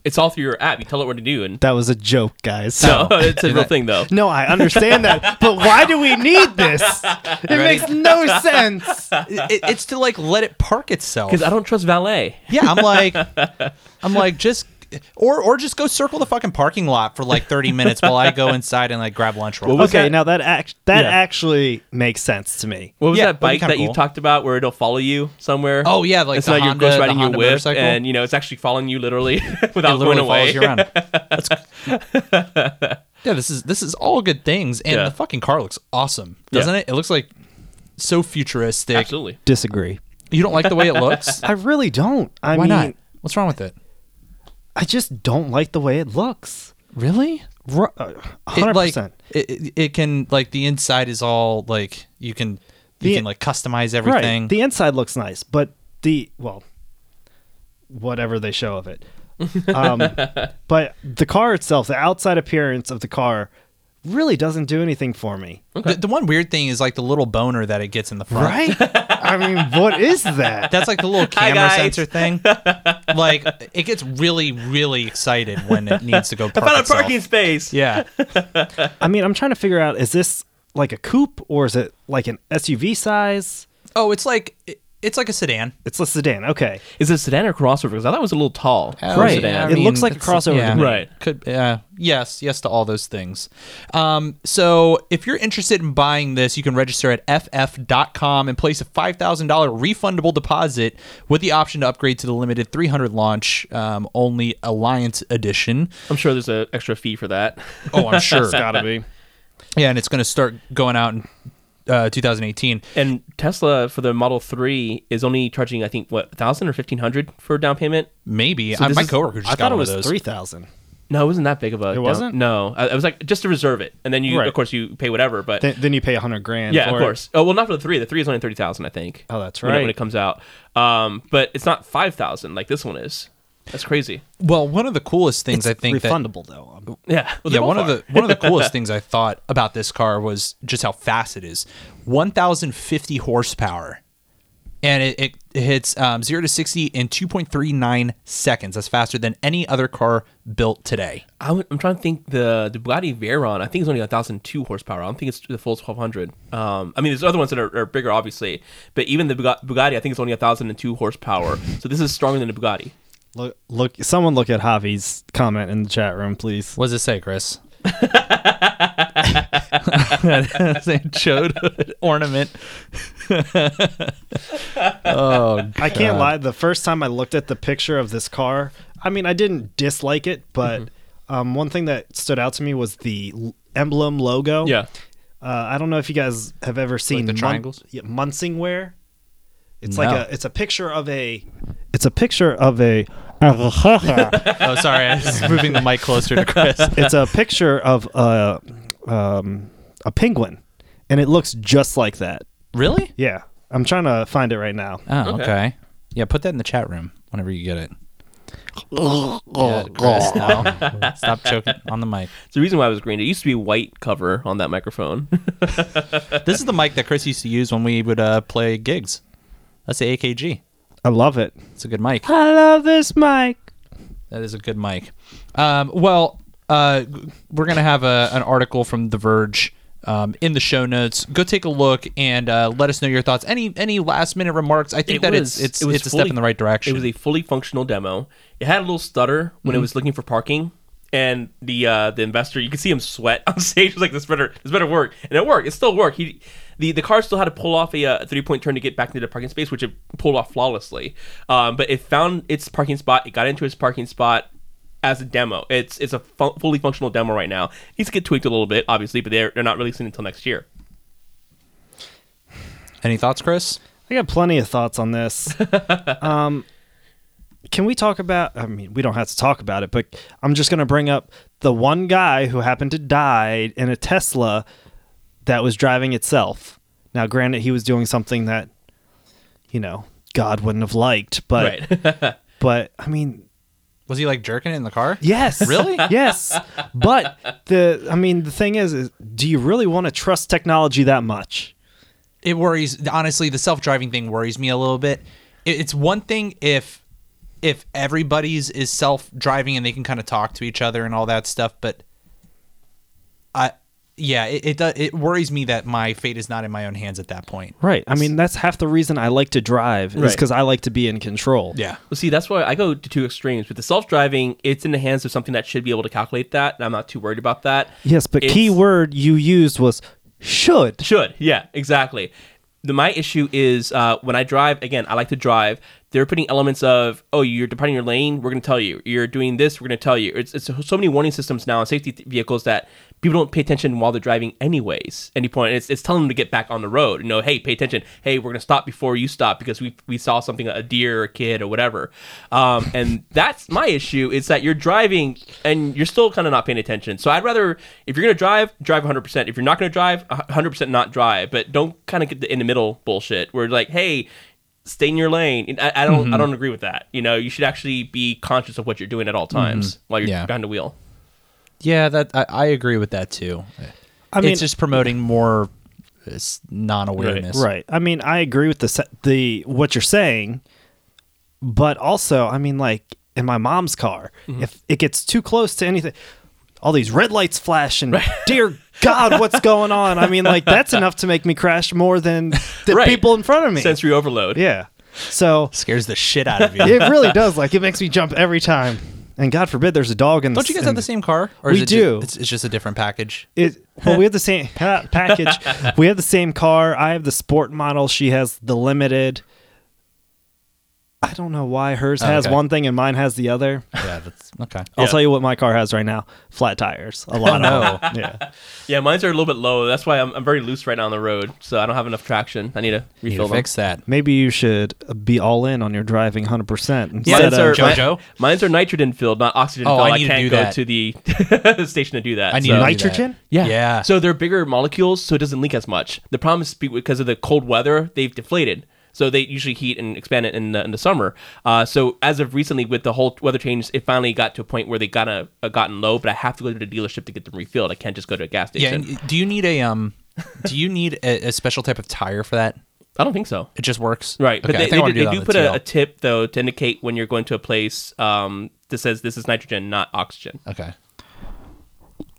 Speaker 2: It's all through your app. You tell it what to do, and
Speaker 3: That was a joke, guys.
Speaker 2: no, it's a real thing though.
Speaker 3: No, I understand that, but why do we need this? It makes no sense.
Speaker 1: it, it's to like let it park itself.
Speaker 2: Because I don't trust valet.
Speaker 1: yeah, I'm like, I'm like just. Or, or just go circle the fucking parking lot for like 30 minutes while I go inside and like grab lunch real quick.
Speaker 3: Okay, now that act- that
Speaker 2: Yeah.
Speaker 3: actually makes sense to me.
Speaker 2: What was
Speaker 1: Yeah, that'd
Speaker 2: that
Speaker 1: be
Speaker 2: bike
Speaker 1: kinda
Speaker 2: that you
Speaker 1: cool.
Speaker 2: talked about where it'll follow you somewhere?
Speaker 1: Oh, yeah, like
Speaker 2: it's
Speaker 1: the
Speaker 2: not
Speaker 1: Honda-
Speaker 2: you're ghost
Speaker 1: the
Speaker 2: riding your
Speaker 1: Honda
Speaker 2: whip,
Speaker 1: motorcycle.
Speaker 2: and you know it's actually following you literally
Speaker 1: It
Speaker 2: without going
Speaker 1: literally
Speaker 2: away.
Speaker 1: follows you around. That's- yeah, this is this is all good things, and
Speaker 2: Yeah.
Speaker 1: the fucking car looks awesome, doesn't it? It looks like so futuristic.
Speaker 2: Absolutely.
Speaker 3: Disagree.
Speaker 1: You don't like the way it looks?
Speaker 3: I really don't. I
Speaker 1: Why
Speaker 3: mean,
Speaker 1: not? What's wrong with it?
Speaker 3: I just don't like the way it looks.
Speaker 1: Really?
Speaker 3: Ru- uh,
Speaker 1: It,
Speaker 3: 100%.
Speaker 1: like it, it- it can like the inside is all like you can you
Speaker 3: The-
Speaker 1: can like customize
Speaker 3: right.
Speaker 1: everything.
Speaker 3: The inside looks nice, but the well whatever they show of it. Um, but the car itself, the outside appearance of the car really doesn't do anything for me.
Speaker 1: The, the one weird thing is like the little boner that it gets in the front.
Speaker 3: Right? I mean, what is that?
Speaker 1: That's like the little
Speaker 2: Hi,
Speaker 1: camera
Speaker 2: guys.
Speaker 1: sensor thing. Like it gets really, really excited when it needs to go. Park
Speaker 2: I found a
Speaker 1: itself.
Speaker 2: parking space.
Speaker 1: Yeah,
Speaker 3: I mean, I'm trying to figure out is this like a coupe or is it like an SUV size?
Speaker 1: Oh, it's like it- it's like a sedan.
Speaker 3: It's a sedan. Okay.
Speaker 2: Is it a sedan or crossover? Because I thought it was a little tall. for a
Speaker 3: Right.
Speaker 2: sedan.
Speaker 3: Oh, It looks like a
Speaker 1: that's-
Speaker 3: crossover to
Speaker 1: yeah.
Speaker 3: me.
Speaker 2: Right.
Speaker 1: Could yeah. Yes, yes to all those things. Um, so if you're interested in buying this, you can register at ff.com and place a five thousand dollar refundable deposit with the option to upgrade to the limited three hundred launch um, only Alliance edition.
Speaker 2: I'm sure there's an extra fee for that.
Speaker 1: Oh, I'm sure.
Speaker 3: Gotta be.
Speaker 1: Yeah, and it's going to start going out in uh, 2018.
Speaker 2: And Tesla for the Model 3 is only charging, I think, what, 1000 or 1500 for down payment?
Speaker 1: Maybe I,
Speaker 2: this
Speaker 1: my
Speaker 2: is-
Speaker 1: coworker just
Speaker 3: I
Speaker 1: got
Speaker 3: thought it
Speaker 1: one of those.
Speaker 3: was 3000.
Speaker 2: No, it wasn't that big of a.
Speaker 3: It
Speaker 2: down-
Speaker 3: wasn't?
Speaker 2: No, I, I was like just to reserve it, and then you,
Speaker 3: Right.
Speaker 2: of course, you pay whatever. But
Speaker 3: Then, then you pay a hundred grand.
Speaker 2: yeah,
Speaker 3: for
Speaker 2: of
Speaker 3: it.
Speaker 2: course. Oh well, not for the three. The three is only thirty thousand, I think.
Speaker 3: Oh, that's
Speaker 2: when it- When
Speaker 3: right.
Speaker 2: it comes out, um, but it's not five thousand like this one is. That's crazy.
Speaker 1: Well, one of the coolest things I think that
Speaker 3: refundable though. Um,
Speaker 2: Yeah. Well, they
Speaker 1: yeah,
Speaker 2: both
Speaker 1: one of
Speaker 2: are.
Speaker 1: the one of the coolest things I thought about this car was just how fast it is. 1050 horsepower. And it, it, it hits um, 0 to 60 in 2.39 seconds. That's faster than any other car built today.
Speaker 2: I'm, I'm trying to think the the Bugatti Veyron. I think it's only a thousand two horsepower. I don't think it's the full twelve hundred. Um, I mean, there's other ones that are, are bigger, obviously, but even the Buga- Bugatti, I think it's only a thousand and two horsepower. so this is stronger than the Bugatti.
Speaker 3: Look, look, someone look at Javi's comment in the chat room, please.
Speaker 1: What does it say, Chris? Saint Chode ornament. oh,
Speaker 3: I can't lie. The first time I looked at the picture of this car, I mean, I didn't dislike it, but
Speaker 1: Mm-hmm.
Speaker 3: um, one thing that stood out to me was the l- emblem logo.
Speaker 2: Yeah.
Speaker 3: Uh, I don't know if you guys have ever seen
Speaker 1: the
Speaker 3: Mun-
Speaker 1: triangles?
Speaker 3: yeah, Munsingware. It's
Speaker 1: No.
Speaker 3: like a it's a picture of a it's a picture of a it's
Speaker 1: oh, sorry. I was moving the mic closer to Chris.
Speaker 3: a picture of a um, a penguin, and it looks just like that.
Speaker 1: Really?
Speaker 3: Yeah, I'm trying to find it right now.
Speaker 1: Oh, okay.
Speaker 2: Okay.
Speaker 1: Yeah, put that in the chat room whenever you get it. Yeah, Chris, no. Stop choking on the mic.
Speaker 2: It's the reason why it was green. It used to be white cover on that microphone.
Speaker 1: This is the mic that Chris used to use when we would uh, play gigs. That's the AKG.
Speaker 3: I love it.
Speaker 1: It's a good mic.
Speaker 3: I love this mic.
Speaker 1: That is a good mic. Um, well, uh, g- we're gonna have a, an article from The Verge um, in the show notes. Go take a look and uh, let us know your thoughts. Any any last minute remarks? I think that it's it's it's a step
Speaker 2: fully-
Speaker 1: in the right direction. Mm-hmm.
Speaker 2: It was a fully functional demo. It had a little stutter when it was looking for parking, and the uh, the investor you could see him sweat on stage. He was like this better this better work, and it worked. It still worked. He the the car still had to pull off a, uh three point turn to get back into the parking space, which it pulled off flawlessly. Um, but it found its parking spot. It got into its parking spot. As a demo, it's it's a fu- fully functional demo right now. It needs to get tweaked a little bit, obviously, but they're they're not releasing it until next year.
Speaker 1: Any thoughts, Chris?
Speaker 3: I got plenty of thoughts on this. um, can we talk about? I mean, we don't have to talk about it, but I'm just going to bring up the one guy who happened to die in a Tesla that was driving itself. Now, granted, he was doing something that, you know, God wouldn't have liked, but but I mean,
Speaker 1: Was he like jerking it in the car?
Speaker 3: yes,
Speaker 1: Really?
Speaker 3: yes. But the I mean, the thing is, is do you really want to trust technology that much?
Speaker 1: it worries honestly the self-driving thing worries me a little bit it, it's one thing if if everybody's is self-driving and they can kind of talk to each other and all that stuff but i yeah it it, does, it worries me that my fate is not in my own hands at that point
Speaker 3: Right. I mean, that's half the reason I like to drive is
Speaker 2: Right.
Speaker 3: because I like to be in control.
Speaker 1: yeah
Speaker 2: Well, see, that's why I go to two extremes. With the self driving, it's in the hands of something that should be able to calculate that, and I'm not too worried about that.
Speaker 3: Yes, but
Speaker 2: It's-
Speaker 3: key word you used was should.
Speaker 2: Should, yeah, exactly. The, my issue is uh, when I drive, again, I like to drive, they're putting elements of, oh, you're departing your lane, we're going to tell you. You're doing this, we're going to tell you. It's, it's so many warning systems now and safety th- vehicles that people don't pay attention while they're driving, anyways, any point. It's, it's telling them to get back on the road. You know, hey, pay attention. Hey, we're going to stop before you stop because we, we saw something, a deer, a kid, or whatever. Um, and that's my issue is that you're driving and you're still kind of not paying attention. So I'd rather, if you're going to drive, drive 100%. If you're not going to drive, 100% not drive, but don't kind of get the in the middle bullshit where like, hey, stay in your lane. And I, I don't,
Speaker 1: Mm-hmm.
Speaker 2: I don't agree with that. You know, you should actually be conscious of what you're doing at all times while you're
Speaker 1: Mm-hmm. Yeah.
Speaker 2: behind the wheel.
Speaker 1: yeah that i, I agree with that too
Speaker 3: I mean,
Speaker 1: it's just promoting more uh, s- non-awareness
Speaker 3: right. I mean, I agree with the se- the what you're saying, but also, I mean, like in my mom's car,
Speaker 2: Mm-hmm.
Speaker 3: if it gets too close to anything, all these red lights flash and dear God, what's going on? I mean, like that's enough to make me crash more than the
Speaker 2: Right.
Speaker 3: people in front of me.
Speaker 2: Sensory overload.
Speaker 3: yeah. So
Speaker 1: scares the shit out of you
Speaker 3: it really does. Like it makes me jump every time. And God forbid there's a dog in the
Speaker 1: don't you guys
Speaker 3: in
Speaker 1: have the same car or
Speaker 3: We
Speaker 1: it
Speaker 3: do.
Speaker 1: ju- it's, it's just a different package
Speaker 3: It, well, we have the same ha, package. we have the same car. I have the sport model. She has the limited. I don't know why hers
Speaker 1: Oh,
Speaker 3: has
Speaker 1: okay.
Speaker 3: one thing and mine has the other.
Speaker 1: Yeah, that's okay.
Speaker 3: I'll
Speaker 2: Yeah.
Speaker 3: tell you what my car has right now: flat tires. A lot
Speaker 1: no.
Speaker 3: of them. Yeah.
Speaker 2: Yeah, mine's are a little bit low. That's why I'm, I'm very loose right now on the road, so I don't have enough traction. I need to
Speaker 1: Need
Speaker 2: refill
Speaker 1: to
Speaker 2: them.
Speaker 1: fix that.
Speaker 3: Maybe you should be all in on your driving, hundred percent.
Speaker 1: Yeah,
Speaker 2: mine's,
Speaker 1: that's
Speaker 2: are,
Speaker 1: our- JoJo?
Speaker 2: mi- mine's are nitrogen filled, not oxygen
Speaker 1: Oh,
Speaker 2: filled.
Speaker 1: I
Speaker 2: I,
Speaker 1: need to
Speaker 2: can't
Speaker 1: do
Speaker 2: go
Speaker 1: that.
Speaker 2: to the station to do that.
Speaker 1: I need
Speaker 2: so-
Speaker 1: to do that.
Speaker 3: nitrogen.
Speaker 2: Yeah.
Speaker 1: Yeah.
Speaker 2: So they're bigger molecules, so it doesn't leak as much. The problem is be- because of the cold weather, they've deflated. So they usually heat and expand it in the, in the summer. Uh, so as of recently, with the whole weather change, it finally got to a point where they got a, a gotten low. But I have to go to the dealership to get them refilled. I can't just go to a gas
Speaker 1: Yeah.
Speaker 2: station.
Speaker 1: and do you need a um? Do you need a, a special type of tire for that?
Speaker 2: I don't think so.
Speaker 1: It just works.
Speaker 2: Right,
Speaker 1: Okay,
Speaker 2: but they,
Speaker 1: I think I
Speaker 2: they,
Speaker 1: wanna
Speaker 2: do- they
Speaker 1: that
Speaker 2: do
Speaker 1: on the
Speaker 2: put a,
Speaker 1: TL.
Speaker 2: a tip though to indicate when you're going to a place um, that says this is nitrogen, not oxygen.
Speaker 1: Okay.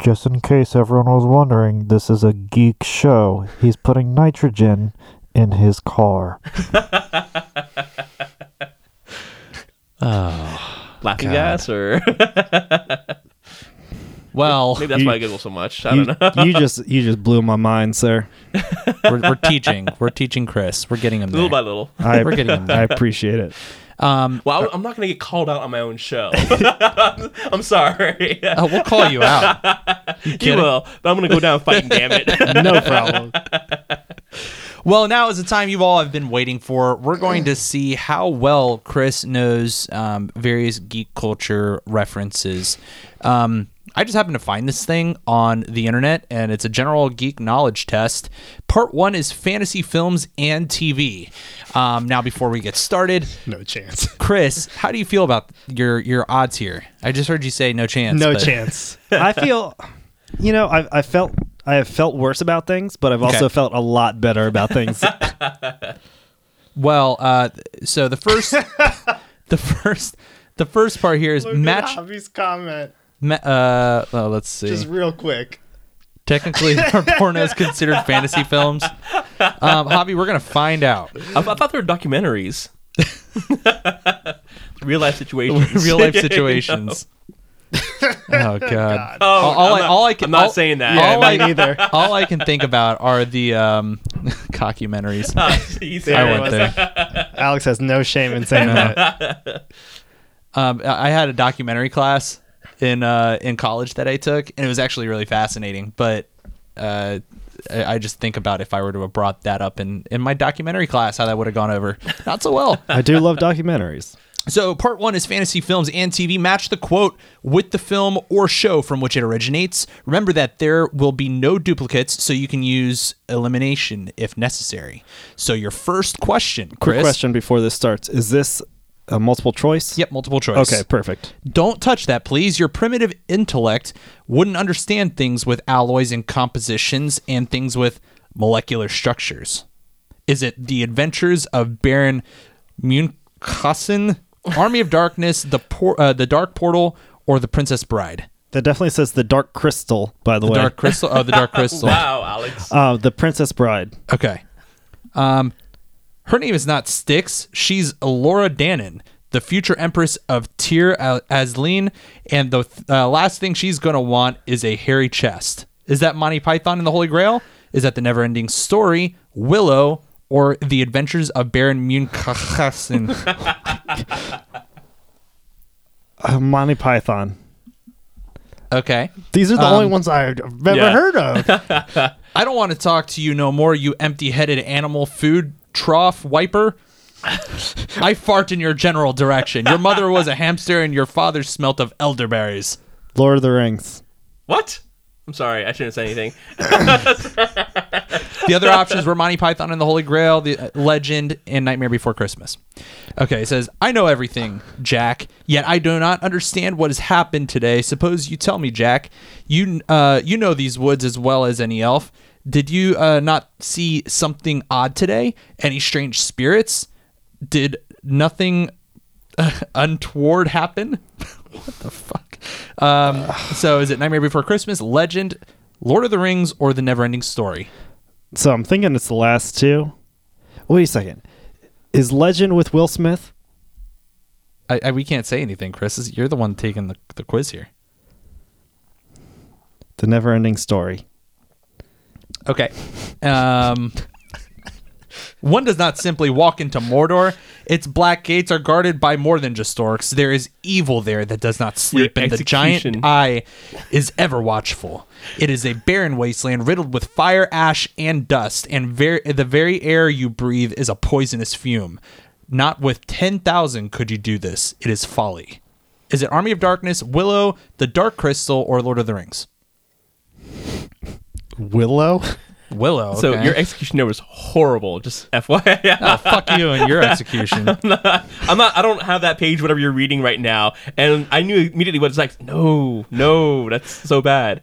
Speaker 4: Just in case everyone was wondering, this is a geek show. He's putting nitrogen in his car.
Speaker 2: Laughing gas, or
Speaker 1: Well,
Speaker 2: maybe that's why I giggle so much. I don't know.
Speaker 3: you, you just you just blew my mind, sir.
Speaker 1: we're, we're teaching. We're teaching Chris. We're getting him there.
Speaker 2: little by little.
Speaker 3: I,
Speaker 1: We're getting
Speaker 3: I appreciate it.
Speaker 2: Well, I- I'm not going to get called out on my own show. I'm sorry.
Speaker 1: Oh, we'll call you out.
Speaker 2: you will, but I'm going to go down fighting, damn it.
Speaker 3: No problem.
Speaker 1: Well, now is the time you've all have been waiting for. We're going to see how well Chris knows um, various geek culture references. Um, I just happened to find this thing on the internet, and it's a general geek knowledge test. Part one is fantasy films and TV. Um, now, before we get started,
Speaker 5: No chance.
Speaker 1: Chris, how do you feel about your your odds here? I just heard you say no chance.
Speaker 5: No
Speaker 1: but-
Speaker 5: chance.
Speaker 3: I feel, you know, I I felt I have felt worse about things, but I've also
Speaker 1: Okay.
Speaker 3: felt a lot better about things.
Speaker 1: Well, uh, so the first, the first, the first part here is match.
Speaker 5: Javi's comment
Speaker 1: Ma- uh, oh, let's see.
Speaker 5: just real quick.
Speaker 1: Technically, are pornos considered fantasy films? Um, Javi, we're gonna find out.
Speaker 2: I, I thought they were documentaries. Real life situations.
Speaker 1: Real life
Speaker 2: You know?
Speaker 1: situations. Oh God!
Speaker 3: Uh,
Speaker 5: God.
Speaker 2: Oh,
Speaker 1: all, all
Speaker 2: I'm
Speaker 1: I,
Speaker 2: not-
Speaker 1: all I can,
Speaker 2: I'm not
Speaker 1: all-
Speaker 2: saying that.
Speaker 1: all I,
Speaker 5: me neither.
Speaker 1: All I can think about are the um, cockumentaries.
Speaker 2: He's-
Speaker 5: There
Speaker 1: I
Speaker 5: it
Speaker 1: went
Speaker 5: was.
Speaker 1: there.
Speaker 5: Alex has no shame in saying that.
Speaker 1: Um, I I had a documentary class in uh, in college that I took, and it was actually really fascinating. But uh, I, I just think about if I were to have brought that up in, in my documentary class, how that would have gone over. Not so well.
Speaker 3: I do love documentaries.
Speaker 1: So, part one is fantasy films and TV. Match the quote with the film or show from which it originates. Remember that there will be no duplicates, so you can use elimination if necessary. So, your first question, Chris.
Speaker 3: Quick question before this starts: Is this a multiple choice?
Speaker 1: Yep, multiple choice.
Speaker 3: Okay, perfect.
Speaker 1: Don't touch that, please. Your primitive intellect wouldn't understand things with alloys and compositions and things with molecular structures. Is it the adventures of Baron Munchausen, Army of Darkness, the por- uh, the Dark Portal, or the Princess Bride?
Speaker 3: That definitely says the Dark Crystal. By the, way,
Speaker 1: Dark Crystal. Oh, the Dark Crystal.
Speaker 2: wow, Alex.
Speaker 3: uh, the Princess Bride.
Speaker 1: Okay. Um, her name is not Styx. She's Laura Dannon, the future empress of Tyr Al- Asleen, and the th- uh, last thing she's gonna want is a hairy chest. Is that Monty Python and the Holy Grail? Is that the Neverending Story, Willow, or The Adventures of Baron Munchausen?
Speaker 3: Uh, Monty Python.
Speaker 1: okay.
Speaker 5: These are
Speaker 3: Um,
Speaker 5: the only ones I've ever
Speaker 2: yeah.
Speaker 5: heard of.
Speaker 1: I don't want to talk to you no more, you empty-headed animal food trough wiper. I fart in your general direction. Your mother was a hamster and your father smelt of elderberries.
Speaker 3: Lord of the Rings.
Speaker 2: What? I'm sorry. I shouldn't have said anything.
Speaker 1: The other options were Monty Python and the Holy Grail, The uh, Legend, and Nightmare Before Christmas. Okay, it says, I know everything, Jack, yet I do not understand what has happened today. Suppose you tell me, Jack. You, uh, you know these woods as well as any elf. Did you uh, not see something odd today? Any strange spirits? Did nothing uh, untoward happen? what the fuck? Um, so is it Nightmare Before Christmas, Legend, Lord of the Rings, or The Neverending Story?
Speaker 3: So I'm thinking it's the last two. Wait a second. Is Legend with Will Smith?
Speaker 1: I, I we can't say anything, Chris. This- You're the one taking the, the quiz here.
Speaker 3: The never ending story.
Speaker 1: Okay. Um, one does not simply walk into Mordor. Its black gates are guarded by more than just storks. There is evil there that does not sleep,
Speaker 2: Your
Speaker 1: and the giant
Speaker 2: execution.
Speaker 1: eye is ever watchful. It is a barren wasteland riddled with fire, ash, and dust, and ver- the very air you breathe is a poisonous fume. Not with 10,000 could you do this. It is folly. Is it Army of Darkness, Willow, The Dark Crystal, or Lord of the Rings?
Speaker 3: Willow?
Speaker 1: Willow.
Speaker 2: So
Speaker 1: okay.
Speaker 2: your executioner was horrible. Just FYI.
Speaker 1: oh, fuck you and your execution.
Speaker 2: I'm not. I don't have that page. Whatever you're reading right now, and I knew immediately what it's like. No, no, that's so bad.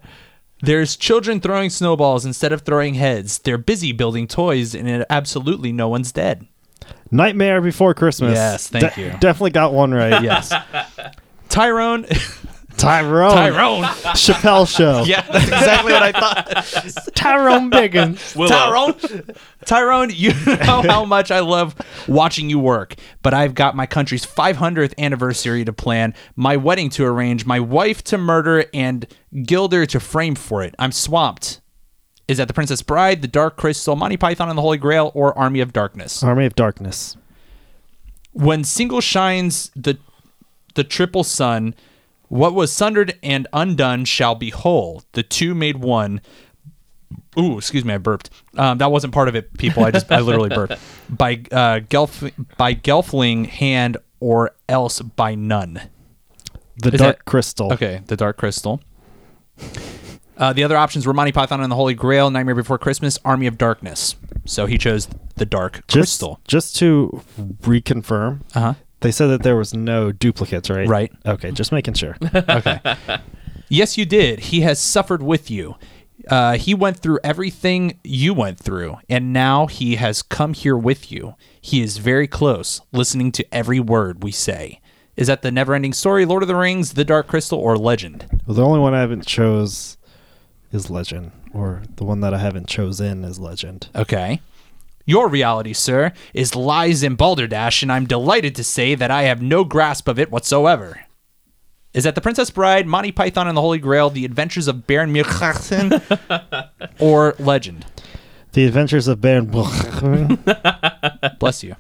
Speaker 1: There's children throwing snowballs instead of throwing heads. They're busy building toys, and it- absolutely no one's dead.
Speaker 3: Nightmare Before Christmas.
Speaker 1: Yes, thank you.
Speaker 3: Definitely got one right.
Speaker 1: Yes. Tyrone.
Speaker 3: Tyrone.
Speaker 1: Tyrone.
Speaker 3: Chappelle Show.
Speaker 1: yeah, that's exactly what I thought.
Speaker 5: Tyrone Biggins.
Speaker 2: Willow.
Speaker 1: Tyrone. Tyrone, you know how much I love watching you work, but I've got my country's 500th anniversary to plan, my wedding to arrange, my wife to murder, and Gilder to frame for it. I'm swamped. Is that the Princess Bride, the Dark Crystal, Monty Python and the Holy Grail, or Army of Darkness?
Speaker 3: Army of Darkness.
Speaker 1: when single shines the the triple sun what was sundered and undone shall be whole the two made one ooh excuse me i burped um, that wasn't part of it people i just i literally burped by uh gelf by gelfling hand or else by none
Speaker 3: The
Speaker 1: Is
Speaker 3: Dark
Speaker 1: that-
Speaker 3: Crystal.
Speaker 1: Okay, the Dark Crystal. Uh, the other options were Monty Python and the Holy Grail, Nightmare Before Christmas, Army of Darkness. So he chose the Dark
Speaker 3: Just,
Speaker 1: Crystal.
Speaker 3: just to reconfirm,
Speaker 1: Uh huh.
Speaker 3: they said that there was no duplicates, right?
Speaker 1: Right.
Speaker 3: Okay, just making sure.
Speaker 1: okay. Yes, you did. He has suffered with you. Uh, he went through everything you went through, and now he has come here with you. He is very close, listening to every word we say. Is that the never ending story, Lord of the Rings, The Dark Crystal, or Legend?
Speaker 3: Well, the only one I haven't chose is Legend, or the one that I haven't chosen is Legend.
Speaker 1: Okay. Your reality, sir, is lies and balderdash, and I'm delighted to say that I have no grasp of it whatsoever. Is that The Princess Bride, Monty Python and the Holy Grail, The Adventures of Baron Munchausen, or Legend?
Speaker 3: The Adventures of Baron.
Speaker 1: Bless you.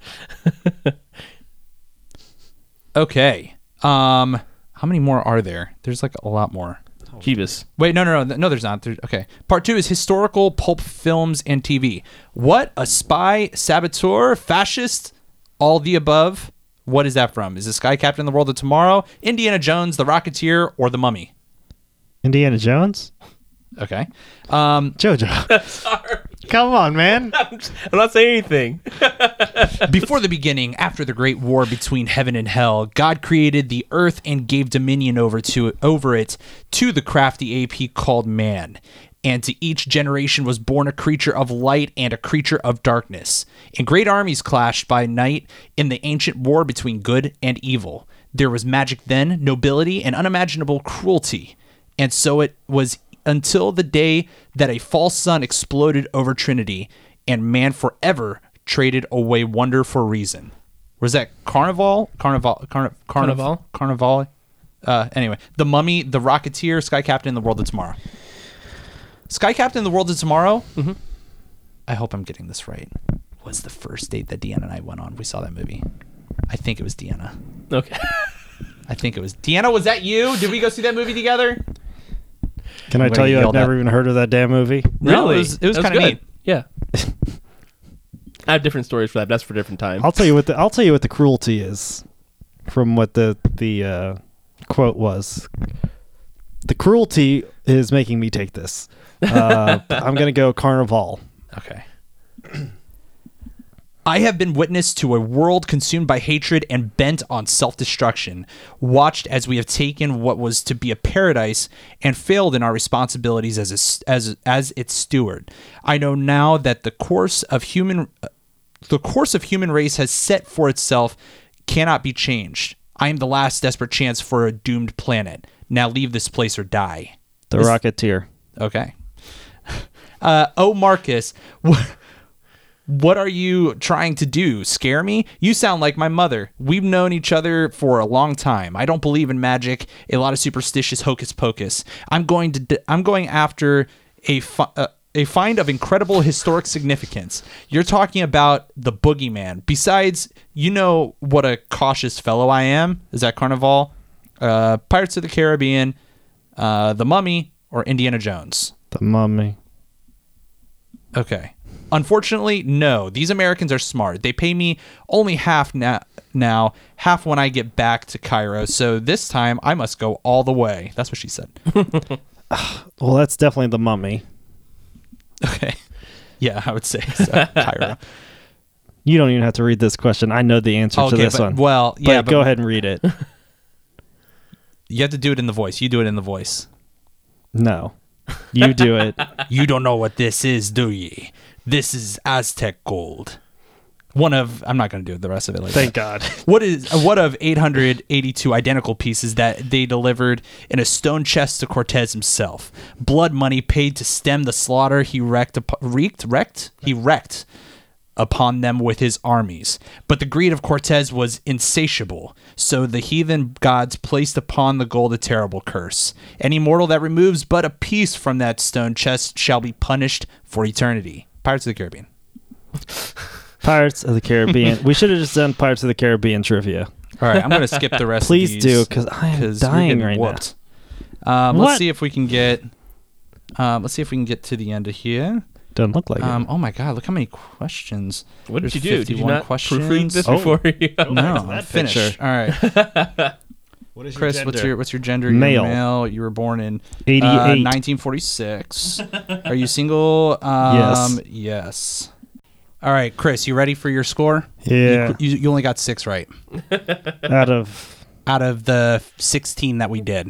Speaker 1: okay. Um, how many more are there? There's like a lot more.
Speaker 2: Jeebus.
Speaker 1: Wait, no, no, no, no. There's not. There, okay. Part two is historical pulp films and TV. What a spy, saboteur, fascist, all the above. What is that from? Is it Sky Captain in the World of Tomorrow, Indiana Jones, The Rocketeer, or The Mummy?
Speaker 3: Indiana Jones?
Speaker 1: Okay. Um,
Speaker 3: JoJo.
Speaker 5: Come on, man.
Speaker 2: I'm not saying anything.
Speaker 1: Before the beginning, after the great war between heaven and hell, God created the earth and gave dominion over to over it to the crafty ape he called man. And to each generation was born a creature of light and a creature of darkness. And great armies clashed by night in the ancient war between good and evil. There was magic then, nobility, and unimaginable cruelty. And so it was until the day that a false sun exploded over Trinity, and man forever traded away wonder for reason. Was that Carnival? Carnival? Carnival? Carnival? Carnival? Uh, anyway, the Mummy, the Rocketeer, Sky Captain, the World of Tomorrow. Sky Captain, the World of Tomorrow. I hope I'm getting this right. Was the first date that Deanna and I went on? We saw that movie. I think it was Deanna.
Speaker 2: Okay.
Speaker 1: I think it was Deanna. Was that you? Did we go see that movie together?
Speaker 3: Can I
Speaker 1: Way
Speaker 3: tell
Speaker 1: to
Speaker 3: you,
Speaker 1: yell
Speaker 3: I've never
Speaker 1: that.
Speaker 3: even heard of that damn movie?
Speaker 1: No, it was- it was
Speaker 2: That
Speaker 1: kinda
Speaker 2: good.
Speaker 1: neat.
Speaker 2: Yeah. I have different stories for that. But that's for a different time.
Speaker 3: I'll tell you what the I'll tell you what the cruelty is from what the the uh, quote was. The cruelty is making me take this. Uh, I'm gonna go Carnival.
Speaker 1: Okay. I have been witness to a world consumed by hatred and bent on self destruction, watched as we have taken what was to be a paradise and failed in our responsibilities as, a, as, as its steward. I know now that the course of human. the course of human race has set for itself cannot be changed. I am the last desperate chance for a doomed planet. Now leave this place or die.
Speaker 3: The Rocketeer.
Speaker 1: Okay. Uh, oh, Marcus, what, what are you trying to do? Scare me? You sound like my mother. We've known each other for a long time. I don't believe in magic, a lot of superstitious hocus pocus. I'm going to. d- I'm going after a. Fi- uh, a find of incredible historic significance. You're talking about the boogeyman. Besides, you know what a cautious fellow I am. Is that Carnival, uh, Pirates of the Caribbean, uh, The Mummy, or Indiana Jones?
Speaker 3: The mummy.
Speaker 1: Okay. Unfortunately, no. These Americans are smart. They pay me only half now, now half when I get back to Cairo. So this time I must go all the way. That's what she said.
Speaker 3: Well, that's definitely the mummy.
Speaker 1: Okay. Yeah, I would say so. Cairo.
Speaker 3: You don't even have to read this question. I know the answer to
Speaker 1: Okay,
Speaker 3: this
Speaker 1: but-
Speaker 3: one.
Speaker 1: well,
Speaker 3: But
Speaker 1: yeah, but-
Speaker 3: go ahead and read it.
Speaker 1: You have to do it in the voice. You do it in the voice.
Speaker 3: No, you do it.
Speaker 1: You don't know what this is, do ye? This is Aztec gold. One of I'm not going to do the rest of it like
Speaker 3: Thank
Speaker 1: that.
Speaker 3: God.
Speaker 1: What is what of 882 identical pieces that they delivered in a stone chest to Cortez himself? Blood money paid to stem the slaughter he wrecked up, wreaked wrecked he wrecked upon them with his armies. But the greed of Cortez was insatiable, so the heathen gods placed upon the gold a terrible curse. Any mortal that removes but a piece from that stone chest shall be punished for eternity. Pirates of the Caribbean.
Speaker 3: Pirates of the Caribbean. we should have just done Pirates of the Caribbean trivia.
Speaker 1: All right, I'm going to skip the rest.
Speaker 3: Please
Speaker 1: of
Speaker 3: do,
Speaker 1: these
Speaker 3: 'cause I am
Speaker 1: 'cause
Speaker 3: dying
Speaker 1: getting
Speaker 3: right now.
Speaker 1: now. Um,
Speaker 3: What?
Speaker 1: let's see if we can get. Um, let's see if we can get to the end of here.
Speaker 3: Doesn't look like
Speaker 1: Um,
Speaker 3: it.
Speaker 1: oh my God! Look how many questions.
Speaker 2: What did
Speaker 1: There's
Speaker 2: you do? Did you
Speaker 1: 51
Speaker 2: not proofread this
Speaker 3: Oh.
Speaker 2: before you?
Speaker 1: No,
Speaker 3: that
Speaker 1: I'm finished.
Speaker 3: picture.
Speaker 1: All right,
Speaker 5: What is
Speaker 1: Chris, what's your what's your gender?
Speaker 3: Male.
Speaker 1: You're male. You were born in uh,
Speaker 3: 88.
Speaker 1: 1946. Are you single? Um, yes. All right, Chris, you ready for your score?
Speaker 3: Yeah.
Speaker 1: You, you only got six right
Speaker 3: Out of
Speaker 1: out of the 16 that we did.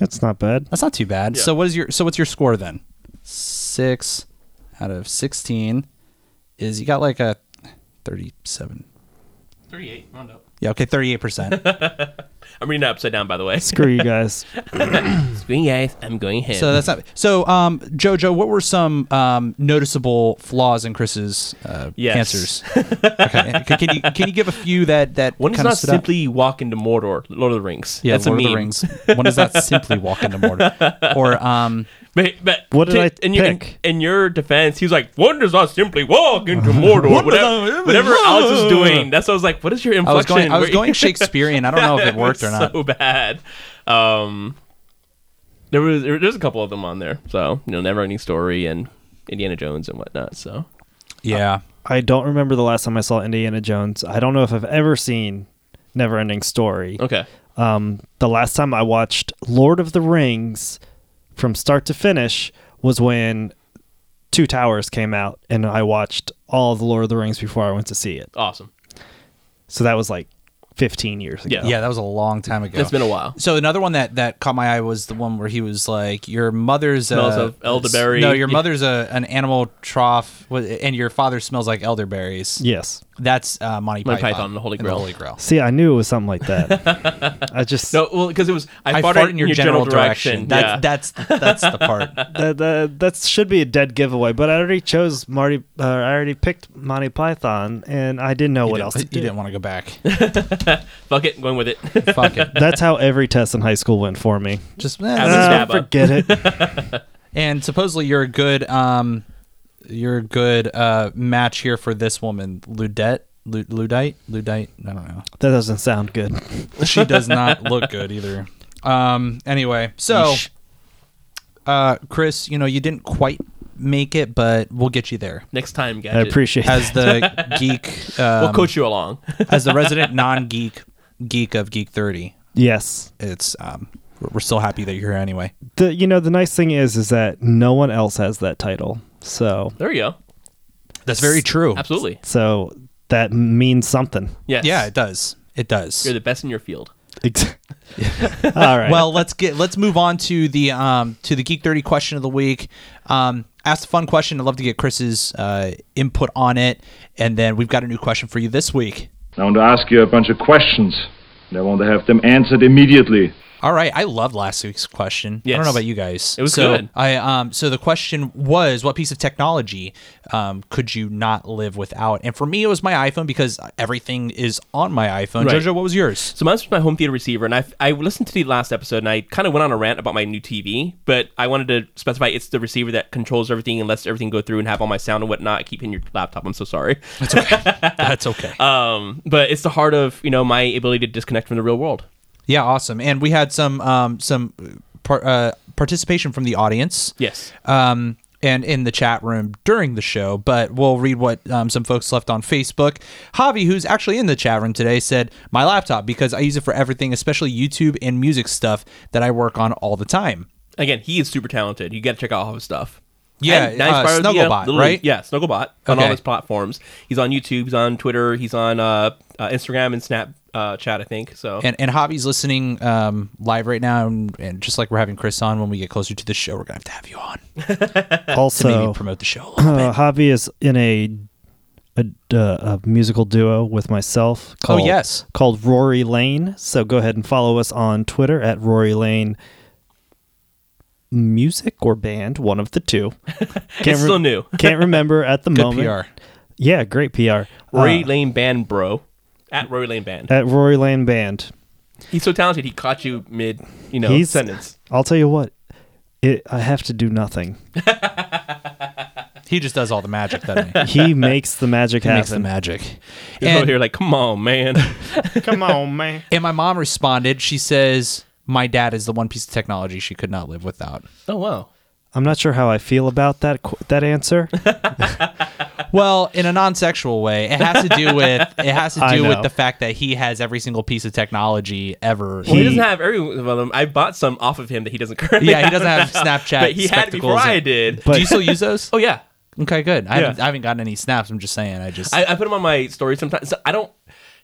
Speaker 3: it's not bad.
Speaker 1: That's not too bad. So what is your so what's your score then? Six out of 16 is you got like a 37.
Speaker 2: 38. Round up.
Speaker 1: Yeah, okay, 38%.
Speaker 2: I'm reading it upside down, by the way.
Speaker 3: Screw you guys.
Speaker 2: Screen guys, I'm going ahead.
Speaker 1: so that's not So um Jojo, what were some um noticeable flaws in Chris's uh
Speaker 2: Yes.
Speaker 1: answers? okay. Can, can you can you give a few that that
Speaker 2: One is
Speaker 1: kinda
Speaker 2: not
Speaker 1: stood out?
Speaker 2: simply walk into Mordor, Lord of the Rings.
Speaker 1: yeah,
Speaker 2: That's
Speaker 1: Lord
Speaker 2: a
Speaker 1: of the
Speaker 2: meme.
Speaker 1: Rings. One does not simply walk into Mordor. Or um
Speaker 2: But, but
Speaker 3: What did
Speaker 2: to-
Speaker 3: I
Speaker 2: in your, in,
Speaker 3: pick?
Speaker 2: in your defense, he was like, "One does not simply walk into Mordor." whatever whatever Alex was doing, that's what I was like. What is your
Speaker 1: I
Speaker 2: inflection?
Speaker 1: was going I was
Speaker 2: Where-
Speaker 1: going Shakespearean. I don't know if it worked
Speaker 2: was
Speaker 1: or not.
Speaker 2: So bad. Um, there was there, there's a couple of them on there. So you know, Never Ending Story and Indiana Jones and whatnot. So
Speaker 1: yeah.
Speaker 3: I don't remember the last time I saw Indiana Jones. I don't know if I've ever seen Neverending Story.
Speaker 2: okay,
Speaker 3: Um, the last time I watched Lord of the Rings from start to finish was when Two Towers came out, and I watched all of the Lord of the Rings before I went to see it.
Speaker 2: awesome.
Speaker 3: So that was like 15 years ago.
Speaker 2: Yeah.
Speaker 1: Yeah, that was a long time ago.
Speaker 2: It's been a while.
Speaker 1: So another one that that caught my eye was the one where he was like, "Your mother's
Speaker 2: Smells
Speaker 1: a,
Speaker 2: of elderberry."
Speaker 1: No, your
Speaker 2: Yeah.
Speaker 1: mother's a an animal trough, wa- and your father smells like elderberries.
Speaker 3: Yes.
Speaker 1: That's uh, Monty, Python,
Speaker 2: Monty Python and the Holy
Speaker 1: and
Speaker 2: Grail.
Speaker 1: Holy Grail.
Speaker 3: See, I knew it was something like that. I just
Speaker 2: No, well, because it was I,
Speaker 1: I
Speaker 2: farted
Speaker 1: fart in your, general,
Speaker 2: direction.
Speaker 1: direction. That's that's that's the part.
Speaker 3: that, that that should be a dead giveaway. But I already chose Marty. Uh, I already picked Monty Python, and I didn't know
Speaker 1: You
Speaker 3: what
Speaker 1: didn't-
Speaker 3: else
Speaker 1: You
Speaker 3: to do.
Speaker 1: didn't want to go back.
Speaker 2: yeah. Fuck it, going with it.
Speaker 1: Fuck it.
Speaker 3: That's how every test in high school went for me.
Speaker 1: Just
Speaker 2: As a
Speaker 1: eh.
Speaker 2: stab
Speaker 3: Ah,
Speaker 2: up.
Speaker 3: forget it.
Speaker 1: and supposedly you're a good um, you're a good uh match here for this woman, Ludette, Lu- Ludite, Ludite. I don't know.
Speaker 3: That doesn't sound good.
Speaker 1: she does not look good either. Um. Anyway, so, uh, Chris, you know, you didn't quite make it, but we'll get you there.
Speaker 2: Next time,
Speaker 3: I
Speaker 2: gadget.
Speaker 3: appreciate it.
Speaker 1: As the geek, um,
Speaker 2: We'll coach you along.
Speaker 1: as the resident non-geek geek of Geek Thirty.
Speaker 3: Yes.
Speaker 1: It's um, we're we're so happy that you're here anyway.
Speaker 3: The you know the nice thing is is that no one else has that title. So
Speaker 2: There you go.
Speaker 1: That's very true.
Speaker 2: Absolutely.
Speaker 3: so that means something.
Speaker 2: Yes.
Speaker 1: Yeah, it does. It does.
Speaker 2: You're the best in your field.
Speaker 3: Ex- All right.
Speaker 1: Well, let's get let's move on to the um to the Geek Thirty question of the week. Um, ask a fun question. I'd love to get Chris's uh, input on it, and then we've got a new question for you this week.
Speaker 6: I want to ask you a bunch of questions, and I want to have them answered immediately.
Speaker 1: All right, I loved last week's question. I don't
Speaker 2: Yes.
Speaker 1: know about you guys.
Speaker 2: It was
Speaker 1: so
Speaker 2: good.
Speaker 1: I um so the question was what piece of technology um could you not live without? And for me it was my iPhone because everything is on my iPhone.
Speaker 2: Right.
Speaker 1: Jojo, what was yours?
Speaker 2: So mine's my home theater receiver, and I I listened to the last episode, and I kind of went on a rant about my new TV, but I wanted to specify it's the receiver that controls everything and lets everything go through and have all my sound and whatnot. I keep hitting your laptop. I'm so sorry.
Speaker 1: That's okay.
Speaker 2: Um, but it's the heart of you know my ability to disconnect from the real world.
Speaker 1: yeah, awesome. And we had some um some par- uh, participation from the audience.
Speaker 2: Yes.
Speaker 1: um, and in the chat room during the show. But we'll read what um, some folks left on Facebook. Javi, who's actually in the chat room today, said, My laptop, because I use it for everything, especially YouTube and music stuff that I work on all the time.
Speaker 2: Again, he is super talented. You got to check out all his stuff.
Speaker 1: Yeah,
Speaker 2: And now he's
Speaker 1: uh,
Speaker 2: part of the,
Speaker 1: Snugglebot,
Speaker 2: little-
Speaker 1: right?
Speaker 2: Yeah, Snugglebot on all
Speaker 1: Okay.
Speaker 2: his platforms. He's on YouTube. He's on Twitter. He's on uh, uh, Instagram and Snap uh, Chat. I think so.
Speaker 1: And, and Javi's listening um, live right now. And, and just like we're having Chris on, when we get closer to the show, we're going to have to have you on to maybe
Speaker 3: Also,
Speaker 1: promote the show a little bit.
Speaker 3: uh, Javi is in a a, uh, a musical duo with myself. Called,
Speaker 1: Oh, yes.
Speaker 3: called Rory Lane. So go ahead and follow us on Twitter at Rory Lane Music or Band, one of the two. Can't
Speaker 2: it's still new.
Speaker 3: Can't remember at the
Speaker 1: Good
Speaker 3: moment.
Speaker 1: PR.
Speaker 3: Yeah, great PR.
Speaker 2: Rory
Speaker 3: Uh,
Speaker 2: Lane Band, bro. At Rory Lane Band.
Speaker 3: at Rory Lane Band.
Speaker 2: He's so talented. He caught you mid, you know,
Speaker 3: He's-
Speaker 2: sentence.
Speaker 3: I'll tell you what. It, I have to do nothing.
Speaker 1: He just does all the magic, doesn't he?
Speaker 3: He makes the magic
Speaker 1: He
Speaker 3: happen.
Speaker 1: makes the magic.
Speaker 2: He's
Speaker 1: And-
Speaker 2: over here like, come on, man.
Speaker 3: Come on, man.
Speaker 1: And my mom responded. She says, "My dad is the one piece of technology she could not live without."
Speaker 2: oh wow.
Speaker 3: I'm not sure how I feel about that qu- that answer.
Speaker 1: Well, in a non-sexual way, it has to do with it has to
Speaker 3: I
Speaker 1: do with
Speaker 3: know.
Speaker 1: the fact that he has every single piece of technology ever.
Speaker 2: Well, he,
Speaker 3: He-
Speaker 2: doesn't have every one of them. I bought some off of him that he doesn't currently.
Speaker 1: yeah, he doesn't have
Speaker 2: now.
Speaker 1: Snapchat.
Speaker 2: But he had it before
Speaker 1: spectacles
Speaker 2: I
Speaker 1: and-
Speaker 2: did.
Speaker 1: do
Speaker 3: But-
Speaker 1: you still use those?
Speaker 2: oh yeah.
Speaker 1: Okay, good. I, haven't,
Speaker 2: Yeah.
Speaker 1: I haven't gotten any snaps. I'm just saying. I just
Speaker 2: I, I put them on my story sometimes. So I don't.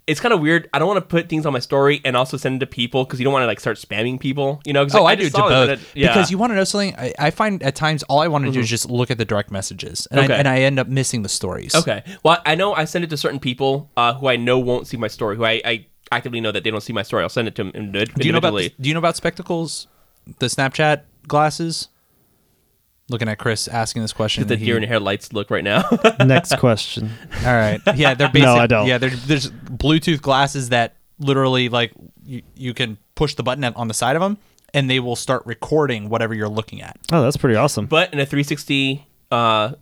Speaker 2: It's kind of weird. I don't want to put things on my story and also send it to people because you don't want to like start spamming people. You know? 'Cause,
Speaker 1: oh,
Speaker 2: like,
Speaker 1: I, do
Speaker 2: just
Speaker 1: to
Speaker 2: saw
Speaker 1: both
Speaker 2: that- yeah. Mm-hmm.
Speaker 1: because you want to know something. I, I find at times all I want to do is just look at the direct messages, and,
Speaker 2: Okay.
Speaker 1: I, and I end up missing the stories.
Speaker 2: Okay. Well, I know I send it to certain people uh, who I know won't see my story. Who I, I actively know that they don't see my story. I'll send it to them individually.
Speaker 1: Do you know about Do you know about spectacles? The Snapchat glasses. Looking at Chris asking this question.
Speaker 2: the
Speaker 1: he-
Speaker 2: deer in the headlights look right now?
Speaker 3: Next question.
Speaker 1: All right. Yeah, they're basic.
Speaker 3: No, I don't.
Speaker 1: Yeah, they're, there's Bluetooth glasses that literally like you, you can push the button at- on the side of them and they will start recording whatever you're looking at.
Speaker 3: Oh, that's pretty awesome.
Speaker 2: but in a 360 uh,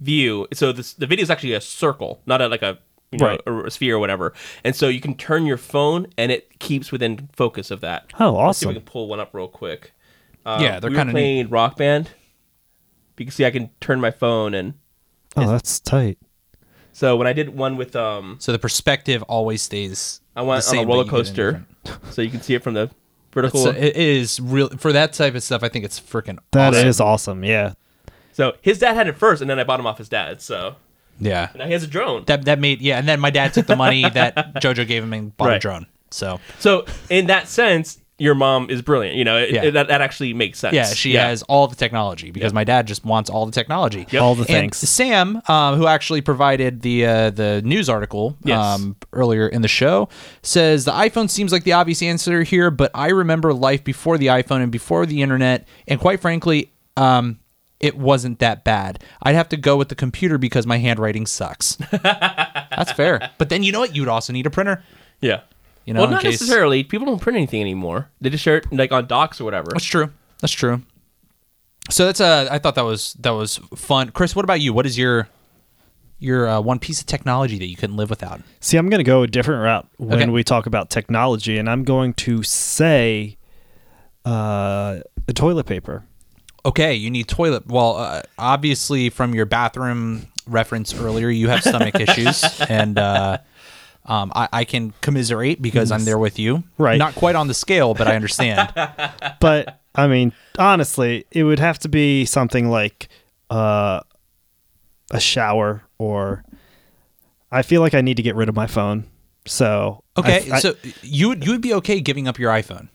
Speaker 2: view, so this, the video is actually a circle, not a, like a you know,
Speaker 3: Right.
Speaker 2: a, a sphere or whatever. And so you can turn your phone, and it keeps within focus of that.
Speaker 3: Oh,
Speaker 2: Let's see if we
Speaker 3: awesome.
Speaker 2: can pull one up real quick. Uh,
Speaker 1: Yeah, they're
Speaker 2: we were
Speaker 1: kinda neat.
Speaker 2: playing Rock Band. You can see I can turn my phone, and
Speaker 3: Oh, that's tight.
Speaker 2: so when I did one with um,
Speaker 1: So the perspective always stays.
Speaker 2: I
Speaker 1: the
Speaker 2: went on
Speaker 1: same, but
Speaker 2: a
Speaker 1: you
Speaker 2: roller
Speaker 1: get
Speaker 2: coaster,
Speaker 1: different-
Speaker 2: so you can see it from the
Speaker 1: It's,
Speaker 2: vertical.
Speaker 1: uh, it is real for that type of stuff. I think it's freaking
Speaker 3: That is
Speaker 1: awesome.
Speaker 3: awesome. Yeah.
Speaker 2: so his dad had it first, and then I bought him off his dad. So
Speaker 1: Yeah.
Speaker 2: now he has a drone.
Speaker 1: That that made yeah, and then my dad took the money that JoJo gave him and bought a
Speaker 2: Right.
Speaker 1: drone. So
Speaker 2: So in that sense, your mom is brilliant. You know, it,
Speaker 1: Yeah.
Speaker 2: it- that, that actually makes sense.
Speaker 1: Yeah, she has all the technology because my dad just wants all the technology.
Speaker 2: Yep.
Speaker 3: All the
Speaker 1: And
Speaker 3: things.
Speaker 1: Sam, um, who actually provided the uh, the news article
Speaker 2: Yes.
Speaker 1: um, earlier in the show, says the iPhone seems like the obvious answer here, but I remember life before the iPhone and before the internet, and quite frankly, um, it wasn't that bad. I'd have to go with the computer because my handwriting sucks. That's fair. But then you know what? You'd also need a printer.
Speaker 2: Yeah.
Speaker 1: You know,
Speaker 2: well,
Speaker 1: in
Speaker 2: not
Speaker 1: case-
Speaker 2: necessarily. People don't print anything anymore. They just share it like on docs or whatever.
Speaker 1: That's true. That's true. So that's uh, I thought that was that was fun. Chris, what about you? What is your your uh, one piece of technology that you couldn't live without?
Speaker 3: See, I'm going to go a different route when
Speaker 1: Okay.
Speaker 3: we talk about technology, and I'm going to say uh, a toilet paper.
Speaker 1: Okay, you need toilet. Well, uh, obviously from your bathroom reference earlier, you have stomach issues, and uh, um, I, I can commiserate because I'm there with you.
Speaker 3: Right.
Speaker 1: Not quite on the scale, but I understand.
Speaker 3: But I mean, honestly, it would have to be something like uh, a shower, or I feel like I need to get rid of my phone. So I-
Speaker 1: Okay,
Speaker 3: I,
Speaker 1: so you would you would be okay giving up your iPhone?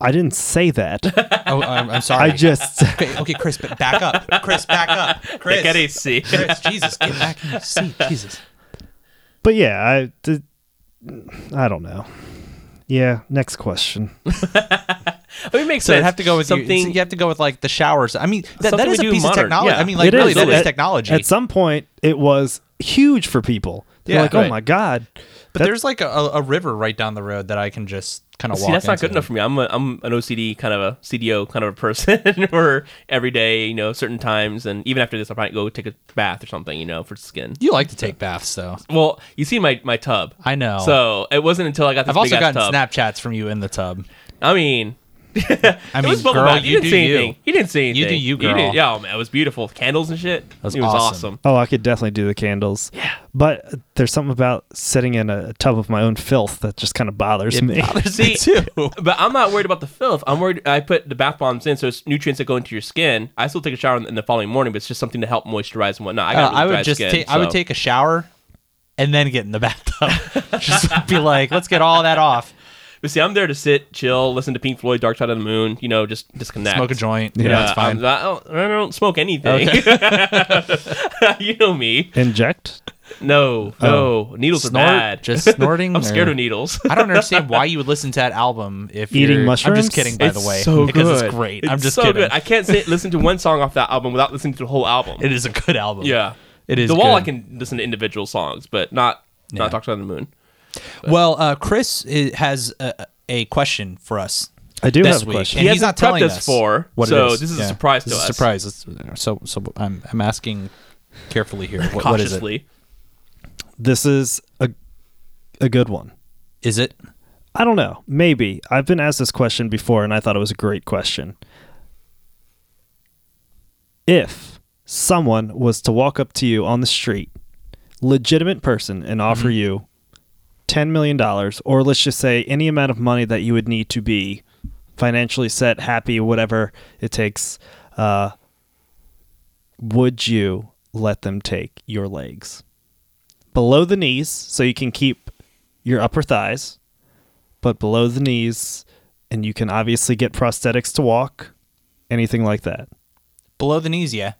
Speaker 3: I didn't say that.
Speaker 1: Oh, I'm, I'm sorry.
Speaker 3: I just
Speaker 1: okay, okay, Chris, but back up, Chris, back up, Chris.
Speaker 2: Like at AC.
Speaker 1: Chris, Jesus, get back in your seat, Jesus.
Speaker 3: But yeah, I, th- I don't know. Yeah, next question.
Speaker 2: I mean, it makes
Speaker 1: So
Speaker 2: sense.
Speaker 1: you have to go with something.
Speaker 2: something.
Speaker 1: You, have to go with like the showers. I mean, that, that
Speaker 2: Something
Speaker 1: is a
Speaker 2: we do
Speaker 1: piece
Speaker 2: modern,
Speaker 1: of technology.
Speaker 2: yeah.
Speaker 1: I mean, like
Speaker 3: It
Speaker 1: really,
Speaker 3: is.
Speaker 1: that is
Speaker 3: At-
Speaker 1: technology.
Speaker 3: At some point, it was huge for people. They're
Speaker 1: Yeah.
Speaker 3: like, oh
Speaker 2: Right.
Speaker 3: my god.
Speaker 1: but there's like a, a river right down the road that I can just kind of walk.
Speaker 2: See, that's not
Speaker 1: into.
Speaker 2: good enough for me. I'm a, I'm an OCD kind of a CDO kind of a person, where every day, you know, certain times, and even after this, I might go take a bath or something, you know, for skin.
Speaker 1: You like to take baths, though.
Speaker 2: Well, you see my my tub.
Speaker 1: I know.
Speaker 2: So it wasn't until I got this
Speaker 1: I've also
Speaker 2: big
Speaker 1: gotten
Speaker 2: tub.
Speaker 1: Snapchats from you in the tub.
Speaker 2: I mean,
Speaker 1: I
Speaker 2: it
Speaker 1: mean,
Speaker 2: was bubble
Speaker 1: girl,
Speaker 2: bath.
Speaker 1: you
Speaker 2: didn't
Speaker 1: do
Speaker 2: see
Speaker 1: you.
Speaker 2: anything. You didn't see anything.
Speaker 1: You do you, girl.
Speaker 2: did- yeah, oh, man, it was beautiful. Candles and shit.
Speaker 1: was
Speaker 2: it was
Speaker 1: awesome.
Speaker 2: awesome.
Speaker 3: Oh, I could definitely do the candles. Yeah. But there's something about sitting in a tub of my own filth that just kind of bothers me.
Speaker 2: See,
Speaker 1: uh,
Speaker 2: but I'm not worried about the filth. I'm worried. I put the bath bombs in, so it's nutrients that go into your skin. I still take a shower in the following morning, but it's just something to help moisturize and whatnot. I, got
Speaker 1: Uh,
Speaker 2: really
Speaker 1: I
Speaker 2: dry
Speaker 1: would just
Speaker 2: skin,
Speaker 1: take. I would
Speaker 2: so-
Speaker 1: take a shower, and then get in the bathtub. just be like, let's get all that off.
Speaker 2: But see, I'm there to sit, chill, listen to Pink Floyd, Dark Side of the Moon. You know, just disconnect.
Speaker 1: Smoke a joint. Yeah,
Speaker 2: Yeah,
Speaker 1: it's fine.
Speaker 2: I'm not- I, don't, I don't smoke anything. you know me.
Speaker 3: Inject?
Speaker 2: No, no. Needles
Speaker 1: Oh. Snort?
Speaker 2: are bad.
Speaker 1: Just snorting?
Speaker 2: I'm scared
Speaker 1: or-
Speaker 2: of needles.
Speaker 1: I don't understand why you would listen to that album if
Speaker 3: Eating
Speaker 1: you're, I'm
Speaker 3: mushrooms?
Speaker 1: just kidding, by
Speaker 2: It's
Speaker 1: the way,
Speaker 2: so
Speaker 1: because
Speaker 2: good.
Speaker 1: it's great.
Speaker 2: It's
Speaker 1: I'm just
Speaker 2: so
Speaker 1: kidding.
Speaker 2: good. I can't sit, listen to one song off that album without listening to the whole album.
Speaker 1: It is a good album.
Speaker 2: yeah,
Speaker 1: it is
Speaker 2: The wall.
Speaker 1: good.
Speaker 2: I can listen to individual songs, but not not Dark Side of the Moon.
Speaker 1: Well, uh, Chris i- has a, a question for us.
Speaker 3: I do
Speaker 1: this
Speaker 3: have a
Speaker 1: week,
Speaker 3: question.
Speaker 1: and
Speaker 2: He
Speaker 1: he's not
Speaker 2: hasn't prepped
Speaker 1: telling
Speaker 2: us for,
Speaker 1: what
Speaker 2: so
Speaker 1: it is.
Speaker 2: this is a surprise to
Speaker 1: This is
Speaker 2: us.
Speaker 1: a surprise. It's- so, so I'm I'm asking carefully here. What, what is it?
Speaker 2: Cautiously.
Speaker 3: This is a a good one.
Speaker 1: Is it?
Speaker 3: I don't know. Maybe. I've been asked this question before and I thought it was a great question. If someone was to walk up to you on the street, legitimate person, and offer you $10 million, or let's just say any amount of money that you would need to be financially set, happy, whatever it takes, uh, would you let them take your legs? Below the knees, so you can keep your upper thighs but below the knees, and you can obviously get prosthetics to walk, anything like that.
Speaker 1: Below the knees, yeah.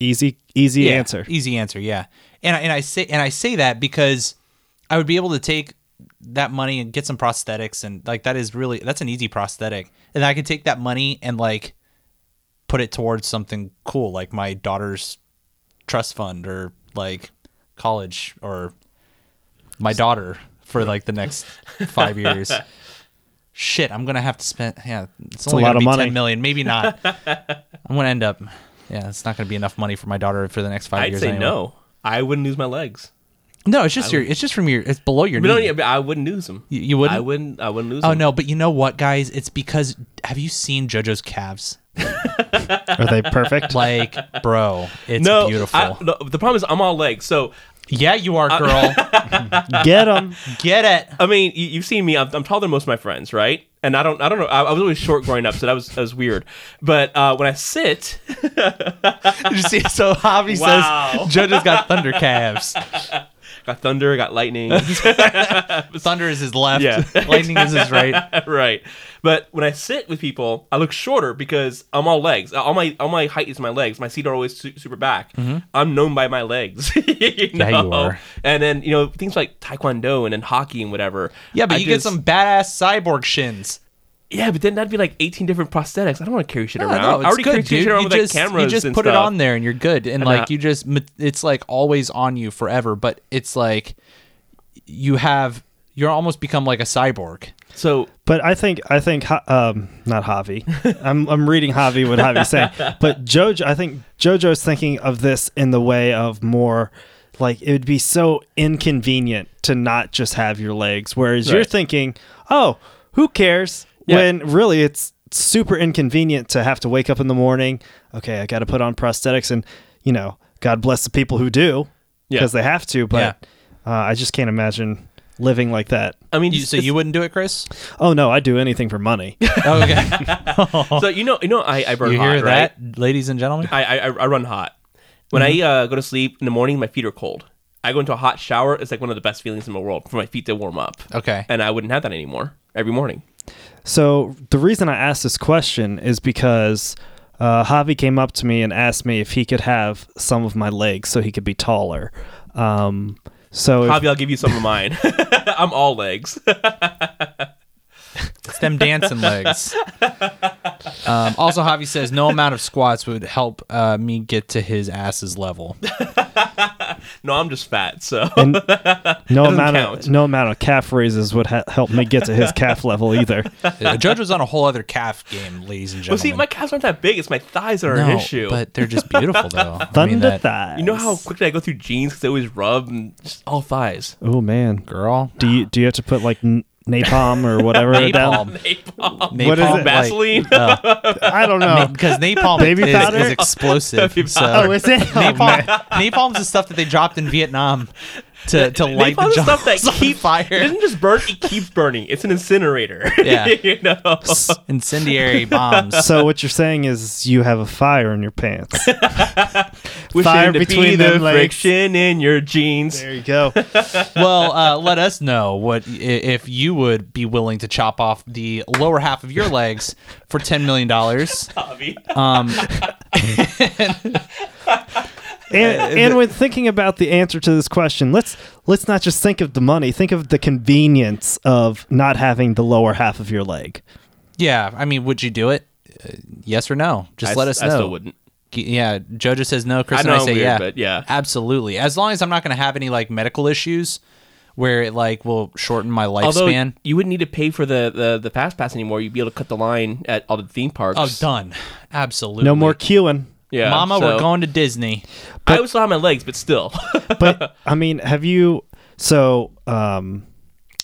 Speaker 3: Easy, easy
Speaker 1: Yeah,
Speaker 3: answer.
Speaker 1: Easy answer, yeah. And I- and I say and I say that because I would be able to take that money and get some prosthetics and like that is really that's an easy prosthetic. And I could take that money and like put it towards something cool like my daughter's trust fund or like college or my daughter for like the next 5 years. Shit, I'm going to have to spend yeah, it's, only
Speaker 3: lot
Speaker 1: gonna
Speaker 3: of
Speaker 1: be
Speaker 3: money.
Speaker 1: 10 million, maybe not. I'm gonna end up. Yeah, it's not gonna be enough money for my daughter for the next 5
Speaker 2: I'd
Speaker 1: years.
Speaker 2: say
Speaker 1: anyway.
Speaker 2: no. I wouldn't lose my legs.
Speaker 1: No, it's just your. It's just from your. It's below your
Speaker 2: But no,
Speaker 1: knee.
Speaker 2: yeah, but I wouldn't lose them.
Speaker 1: You- you wouldn't?
Speaker 2: I wouldn't. I wouldn't lose.
Speaker 1: oh
Speaker 2: them.
Speaker 1: no, but you know what, guys? It's because have you seen JoJo's calves?
Speaker 3: Are they perfect?
Speaker 1: Like, bro, it's
Speaker 2: no,
Speaker 1: beautiful.
Speaker 2: I- no, the problem is I'm all legs. So
Speaker 1: yeah, you are, girl.
Speaker 3: get them.
Speaker 1: Get it?
Speaker 2: I mean, you, you've seen me. I'm, I'm taller than most of my friends, right? And I don't. I don't know. I, I was always short growing up, so that was that was weird. But uh, when I sit,
Speaker 1: Did you see? So Javi
Speaker 2: Wow.
Speaker 1: says JoJo's got thunder calves.
Speaker 2: I got thunder, I got lightning.
Speaker 1: Thunder is his left.
Speaker 2: Yeah.
Speaker 1: lightning is his right.
Speaker 2: right. But when I sit with people, I look shorter because I'm all legs. All my all my height is my legs. My seat are always su- super back. I'm known by my legs. you
Speaker 1: Mm-hmm. you
Speaker 2: know?
Speaker 1: are.
Speaker 2: And then you know things like taekwondo and then hockey and whatever.
Speaker 1: Yeah, but
Speaker 2: I
Speaker 1: you
Speaker 2: just-
Speaker 1: get some badass cyborg shins.
Speaker 2: Yeah, but then that'd be like 18 different prosthetics. I don't want to carry shit
Speaker 1: No,
Speaker 2: around.
Speaker 1: no,
Speaker 2: I
Speaker 1: it's
Speaker 2: already carry
Speaker 1: good,
Speaker 2: shit
Speaker 1: dude.
Speaker 2: around
Speaker 1: You
Speaker 2: with like
Speaker 1: just,
Speaker 2: cameras.
Speaker 1: you just
Speaker 2: and
Speaker 1: put it
Speaker 2: stuff.
Speaker 1: on there and you're good. And
Speaker 2: And,
Speaker 1: like
Speaker 2: uh,
Speaker 1: you just, it's like always on you forever. But it's like you have, you're almost become like a cyborg.
Speaker 2: So
Speaker 3: But I think I think Ha- um, not Javi. I'm I'm reading Javi what Javi's saying. But Jojo, I think Jojo's thinking of this in the way of more like it would be so inconvenient to not just have your legs. Whereas you're
Speaker 2: Right.
Speaker 3: thinking, oh, who cares?
Speaker 2: Yeah.
Speaker 3: When really it's super inconvenient to have to wake up in the morning. Okay, I got to put on prosthetics, and you know, God bless the people who do
Speaker 2: Yeah.
Speaker 3: because they have to. But uh, I just can't imagine living like that.
Speaker 2: I mean,
Speaker 1: You,
Speaker 2: it's-
Speaker 1: so you wouldn't do it, Chris?
Speaker 3: Oh no, I do anything for money.
Speaker 1: Okay.
Speaker 2: so you know you know I I Oh, burn
Speaker 1: you
Speaker 2: hot,
Speaker 1: hear
Speaker 2: right?
Speaker 1: that, ladies and gentlemen?
Speaker 2: I, I I run hot. When
Speaker 1: Mm-hmm.
Speaker 2: I uh, go to sleep in the morning, my feet are cold. I go into a hot shower. It's like one of the best feelings in the world for my feet to warm up.
Speaker 1: Okay.
Speaker 2: And I wouldn't have that anymore every morning.
Speaker 3: So the reason I asked this question is because uh, Javi came up to me and asked me if he could have some of my legs so he could be taller. Um, so if-
Speaker 2: Javi, I'll give you some of mine. I'm all legs.
Speaker 1: It's them dancing legs. Um, also, Javi says no amount of squats would help uh, me get to his ass's level.
Speaker 2: No, I'm just fat, so
Speaker 3: And no
Speaker 2: doesn't
Speaker 3: amount
Speaker 2: count.
Speaker 3: of no amount of calf raises would ha- help me get to his calf level either.
Speaker 1: The judge was Uh, on a whole other calf game, ladies and
Speaker 2: well,
Speaker 1: gentlemen.
Speaker 2: see, my calves aren't that big. It's my thighs that are an
Speaker 1: no,
Speaker 2: issue.
Speaker 1: but they're just beautiful though. I mean,
Speaker 3: Thunder
Speaker 1: that-
Speaker 3: thighs.
Speaker 2: you know how quickly I go through jeans because they always rub and just all thighs.
Speaker 3: Oh man,
Speaker 1: girl.
Speaker 3: do you do you have to put like n- napalm or whatever down?
Speaker 1: Napalm.
Speaker 2: Napalm,
Speaker 1: napalm
Speaker 3: What is it?
Speaker 2: Vaseline.
Speaker 3: I don't know.
Speaker 1: because napalm
Speaker 3: Baby
Speaker 1: is,
Speaker 3: powder?
Speaker 1: is explosive. So
Speaker 3: oh, is it? Oh, man.
Speaker 1: napalm, napalm's the stuff that they dropped in Vietnam to, to light
Speaker 2: Napalm's
Speaker 1: the
Speaker 2: the stuff that
Speaker 1: jungles on
Speaker 2: keeps It
Speaker 1: fire.
Speaker 2: doesn't just burn; it keeps burning. It's an incinerator.
Speaker 1: Yeah.
Speaker 2: you know.
Speaker 1: Incendiary bombs.
Speaker 3: So what you're saying is you have a fire in your pants.
Speaker 2: Wishing
Speaker 3: Fire
Speaker 2: to be
Speaker 3: between
Speaker 2: the
Speaker 3: them legs.
Speaker 2: friction in your jeans.
Speaker 3: there you go.
Speaker 1: well, uh, let us know what i- if you would be willing to chop off the lower half of your legs for ten million dollars.
Speaker 2: Javi.
Speaker 1: Um,
Speaker 3: And, and when thinking about the answer to this question, let's let's not just think of the money. Think of the convenience of not having the lower half of your leg.
Speaker 1: yeah, I mean, would you do it? Uh, yes or no? Just
Speaker 2: I
Speaker 1: let
Speaker 2: s-
Speaker 1: us
Speaker 2: I
Speaker 1: know.
Speaker 2: still wouldn't.
Speaker 1: G- Yeah, Jojo says no. Chris
Speaker 2: I know
Speaker 1: and I
Speaker 2: I'm
Speaker 1: say
Speaker 2: weird,
Speaker 1: yeah.
Speaker 2: but yeah.
Speaker 1: absolutely. As long as I'm not going to have any like medical issues where it like will shorten my
Speaker 2: Although
Speaker 1: lifespan.
Speaker 2: you wouldn't need to pay for the, the the fast pass anymore, you'd be able to cut the line at all the theme parks.
Speaker 1: oh, done. Absolutely.
Speaker 3: No more queuing.
Speaker 2: Yeah,
Speaker 1: Mama,
Speaker 2: so-
Speaker 1: we're going to Disney.
Speaker 2: I always saw my legs, but still.
Speaker 3: But I mean, have you? So um,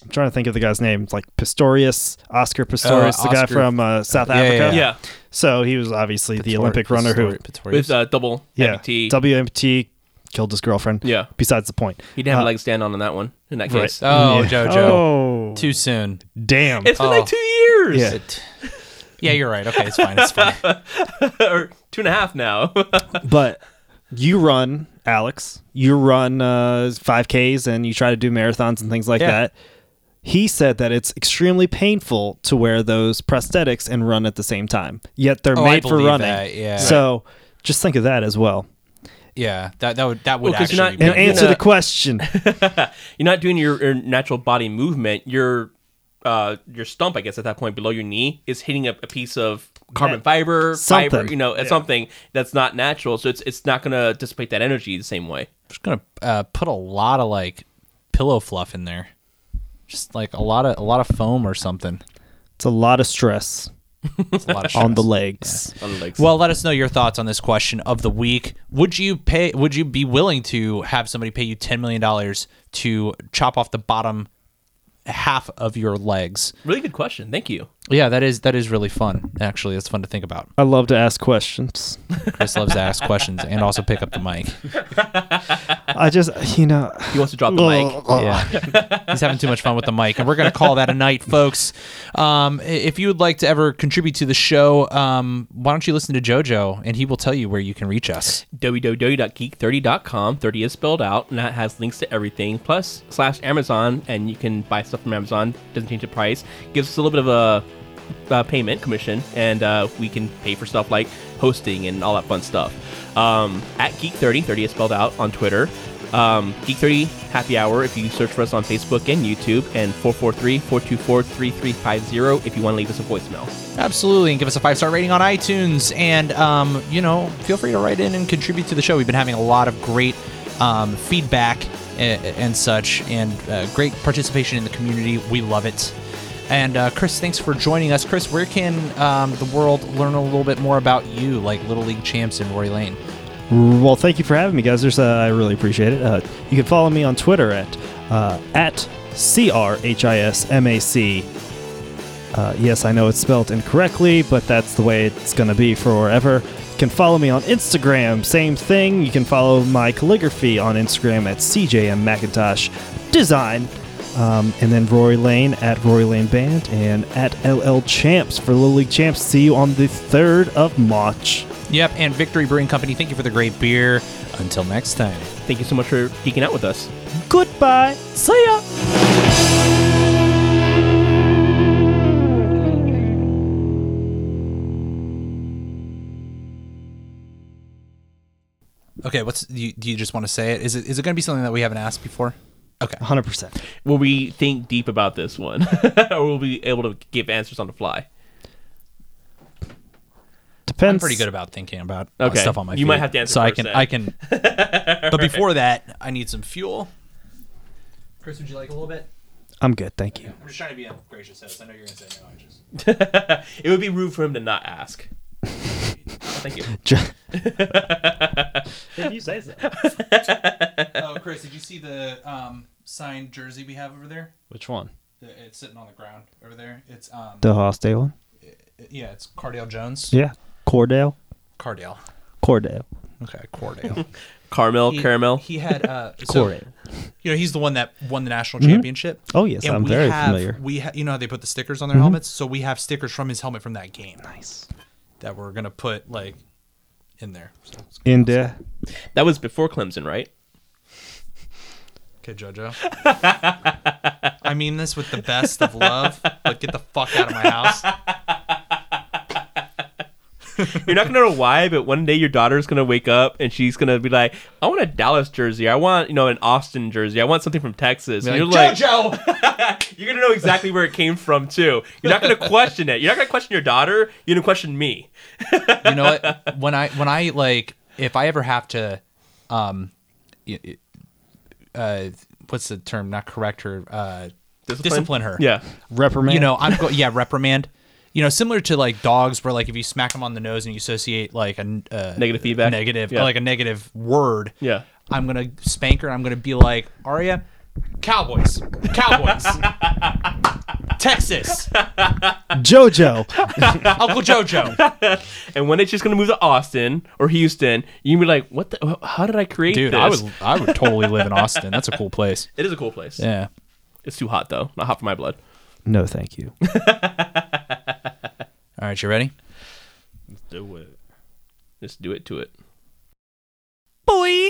Speaker 3: I'm trying to think of the guy's name. It's like Pistorius, Oscar Pistorius, the guy
Speaker 1: Oscar.
Speaker 3: from uh, South
Speaker 1: Yeah,
Speaker 3: Africa.
Speaker 1: yeah,
Speaker 2: yeah,
Speaker 3: So he was obviously the
Speaker 1: Pitor-
Speaker 3: Olympic runner who,
Speaker 1: Pitor- Pitorius.
Speaker 2: with uh, double
Speaker 3: yeah,
Speaker 2: MT.
Speaker 3: WMT killed his girlfriend.
Speaker 2: Yeah.
Speaker 3: Besides the point.
Speaker 2: He didn't have
Speaker 3: Uh,
Speaker 2: a leg stand on in that one. In that
Speaker 3: Right.
Speaker 2: case,
Speaker 1: oh,
Speaker 3: Yeah.
Speaker 1: Jojo.
Speaker 3: Oh,
Speaker 1: Too soon.
Speaker 3: damn.
Speaker 2: it's been
Speaker 1: oh.
Speaker 2: like two years
Speaker 3: Yeah.
Speaker 1: It- yeah, you're right. Okay, it's fine. It's fine.
Speaker 2: or two and a half now.
Speaker 3: But you run, Alex. You run uh, 5Ks and you try to do marathons and things like
Speaker 1: Yeah.
Speaker 3: that. He said that it's extremely painful to wear those prosthetics and run at the same time. Yet they're
Speaker 1: Oh, I
Speaker 3: made for
Speaker 1: believe
Speaker 3: running.
Speaker 1: that, yeah.
Speaker 3: So just think of that as well.
Speaker 1: Yeah, that that would that would
Speaker 2: Well, 'cause
Speaker 1: actually
Speaker 2: you're
Speaker 1: be
Speaker 2: not-
Speaker 3: And
Speaker 2: Yeah.
Speaker 3: answer
Speaker 2: Yeah.
Speaker 3: the question.
Speaker 2: You're not doing your, your natural body movement. Your uh, your stump, I guess, at that point below your knee is hitting a, a piece of carbon
Speaker 3: Net.
Speaker 2: fiber, fiber,
Speaker 3: Something.
Speaker 2: you know, something that's not natural. So it's it's not going to dissipate that energy the same way.
Speaker 1: just gonna uh, put a lot of like pillow fluff in there, just like a lot of a lot of foam or something.
Speaker 3: It's a lot of stress
Speaker 1: It's a lot of
Speaker 3: on the
Speaker 1: stress.
Speaker 3: legs.
Speaker 2: On the legs.
Speaker 1: Well, let us know your thoughts on this question of the week. Would you pay? Would you be willing to have somebody pay you ten million dollars to chop off the bottom half of your legs?
Speaker 2: really good question. Thank you.
Speaker 1: Yeah, that is that is really fun. Actually, it's fun to think about.
Speaker 3: I love to ask questions.
Speaker 1: Chris loves to ask questions and also pick up the mic.
Speaker 3: I just, you know,
Speaker 2: He wants to drop the mic.
Speaker 1: Yeah. He's having too much fun with the mic, and we're going to call that a night, folks. Um, i- if you would like to ever contribute to the show, um, why don't you listen to JoJo, and he will tell you where you can reach us.
Speaker 2: www.geek30.com. 30 is spelled out, and that has links to everything. Plus, slash Amazon, and you can buy stuff from Amazon. Doesn't change the price. Gives us a little bit of a uh, payment commission, and uh, we can pay for stuff like hosting and all that fun stuff. Um, at Geek30, 30 is spelled out on Twitter. Um, Geek30 Happy Hour if you search for us on Facebook and YouTube, and 443 424 3350 if you want to leave us a voicemail.
Speaker 1: Absolutely, and give us a five star rating on iTunes, and um, you know, feel free to write in and contribute to the show. We've been having a lot of great um, feedback and, and such, and uh, great participation in the community. We love it. And uh, Chris, thanks for joining us. Chris, where can um, the world learn a little bit more about you, like Little League champs and Rory Lane?
Speaker 3: Well, thank you for having me, guys. There's, uh, I really appreciate it. Uh, you can follow me on Twitter at uh, at c r h i s m a c. Uh, yes, I know it's spelled incorrectly, but that's the way it's gonna be forever. You can follow me on Instagram, same thing. You can follow my calligraphy on Instagram at CJM McIntosh Design, um, and then Rory Lane at Rory Lane Band and at LL Champs for Little League Champs. See you on the third of March.
Speaker 1: Yep, and Victory Brewing Company. Thank you for the great beer. Until next time.
Speaker 2: Thank you so much for geeking out with us.
Speaker 3: Goodbye. See ya.
Speaker 1: Okay, what's do you, do you just want to say it? Is it is it going to be something that we haven't asked before? Okay.
Speaker 3: 100%.
Speaker 2: Will we think deep about this one, or will we be able to give answers on the fly?
Speaker 3: Depends.
Speaker 1: I'm pretty good about thinking about uh,
Speaker 2: Okay.
Speaker 1: stuff on my
Speaker 2: You might
Speaker 1: feet.
Speaker 2: have to answer
Speaker 1: so
Speaker 2: first then.
Speaker 1: I can I can But before that, I need some fuel. Chris, would you like a little bit?
Speaker 3: I'm good. Thank you.
Speaker 1: I'm just trying to be a gracious host. I know you're gonna say no. I just
Speaker 2: It would be rude for him to not ask. Thank you.
Speaker 3: if you say so.
Speaker 1: Oh, Chris, did you see the um, signed jersey we have over there?
Speaker 3: Which one?
Speaker 1: It's sitting on the ground over there. It's um,
Speaker 3: The Hostel one?
Speaker 1: yeah, it's Cardale Jones.
Speaker 3: Yeah. Cordell?
Speaker 1: Cardale.
Speaker 3: Cordell.
Speaker 1: Okay, Cordale.
Speaker 2: Caramel, caramel.
Speaker 1: He had uh, so,
Speaker 3: Cordell.
Speaker 1: you know he's the one that won the national championship.
Speaker 3: Oh, yes,
Speaker 1: And
Speaker 3: I'm
Speaker 1: we
Speaker 3: very
Speaker 1: have,
Speaker 3: familiar.
Speaker 1: We ha- you know how they put the stickers on their helmets, so we have stickers from his helmet from that game. Nice. That we're gonna put like in there. So, it's-
Speaker 3: And uh,
Speaker 2: That was before Clemson, right?
Speaker 1: okay, JoJo. I mean this with the best of love, but get the fuck out of my house.
Speaker 2: You're not gonna know why, but one day your daughter's gonna wake up and she's gonna be like, "I want a Dallas jersey. I want you know an Austin jersey. I want something from Texas." And
Speaker 1: Be
Speaker 2: you're
Speaker 1: like,
Speaker 2: like,
Speaker 1: JoJo.
Speaker 2: you're gonna know exactly where it came from too. You're not gonna question it. You're not gonna question your daughter. You're gonna question me.
Speaker 1: you know what when i when i like if i ever have to um y- y- uh what's the term not correct her uh discipline, her
Speaker 2: Yeah.
Speaker 3: reprimand.
Speaker 1: you know i'm go- yeah reprimand you know similar to like dogs where like if you smack them on the nose and you associate like a n- uh,
Speaker 2: Negative feedback.
Speaker 1: negative
Speaker 2: Yeah.
Speaker 1: like a negative word
Speaker 2: Yeah.
Speaker 1: i'm gonna spank her i'm gonna be like aria cowboys cowboys texas
Speaker 3: JoJo.
Speaker 1: uncle jojo
Speaker 2: And when it's just gonna move to Austin or Houston, you can be like, "What the? How did I create
Speaker 1: dude
Speaker 2: this?"
Speaker 1: i would i would totally live in austin that's a cool place
Speaker 2: It is a cool place.
Speaker 1: yeah
Speaker 2: It's too hot though. Not hot for my blood.
Speaker 3: no, thank you.
Speaker 1: all right you ready
Speaker 2: Do it. Just do it to it.
Speaker 1: boy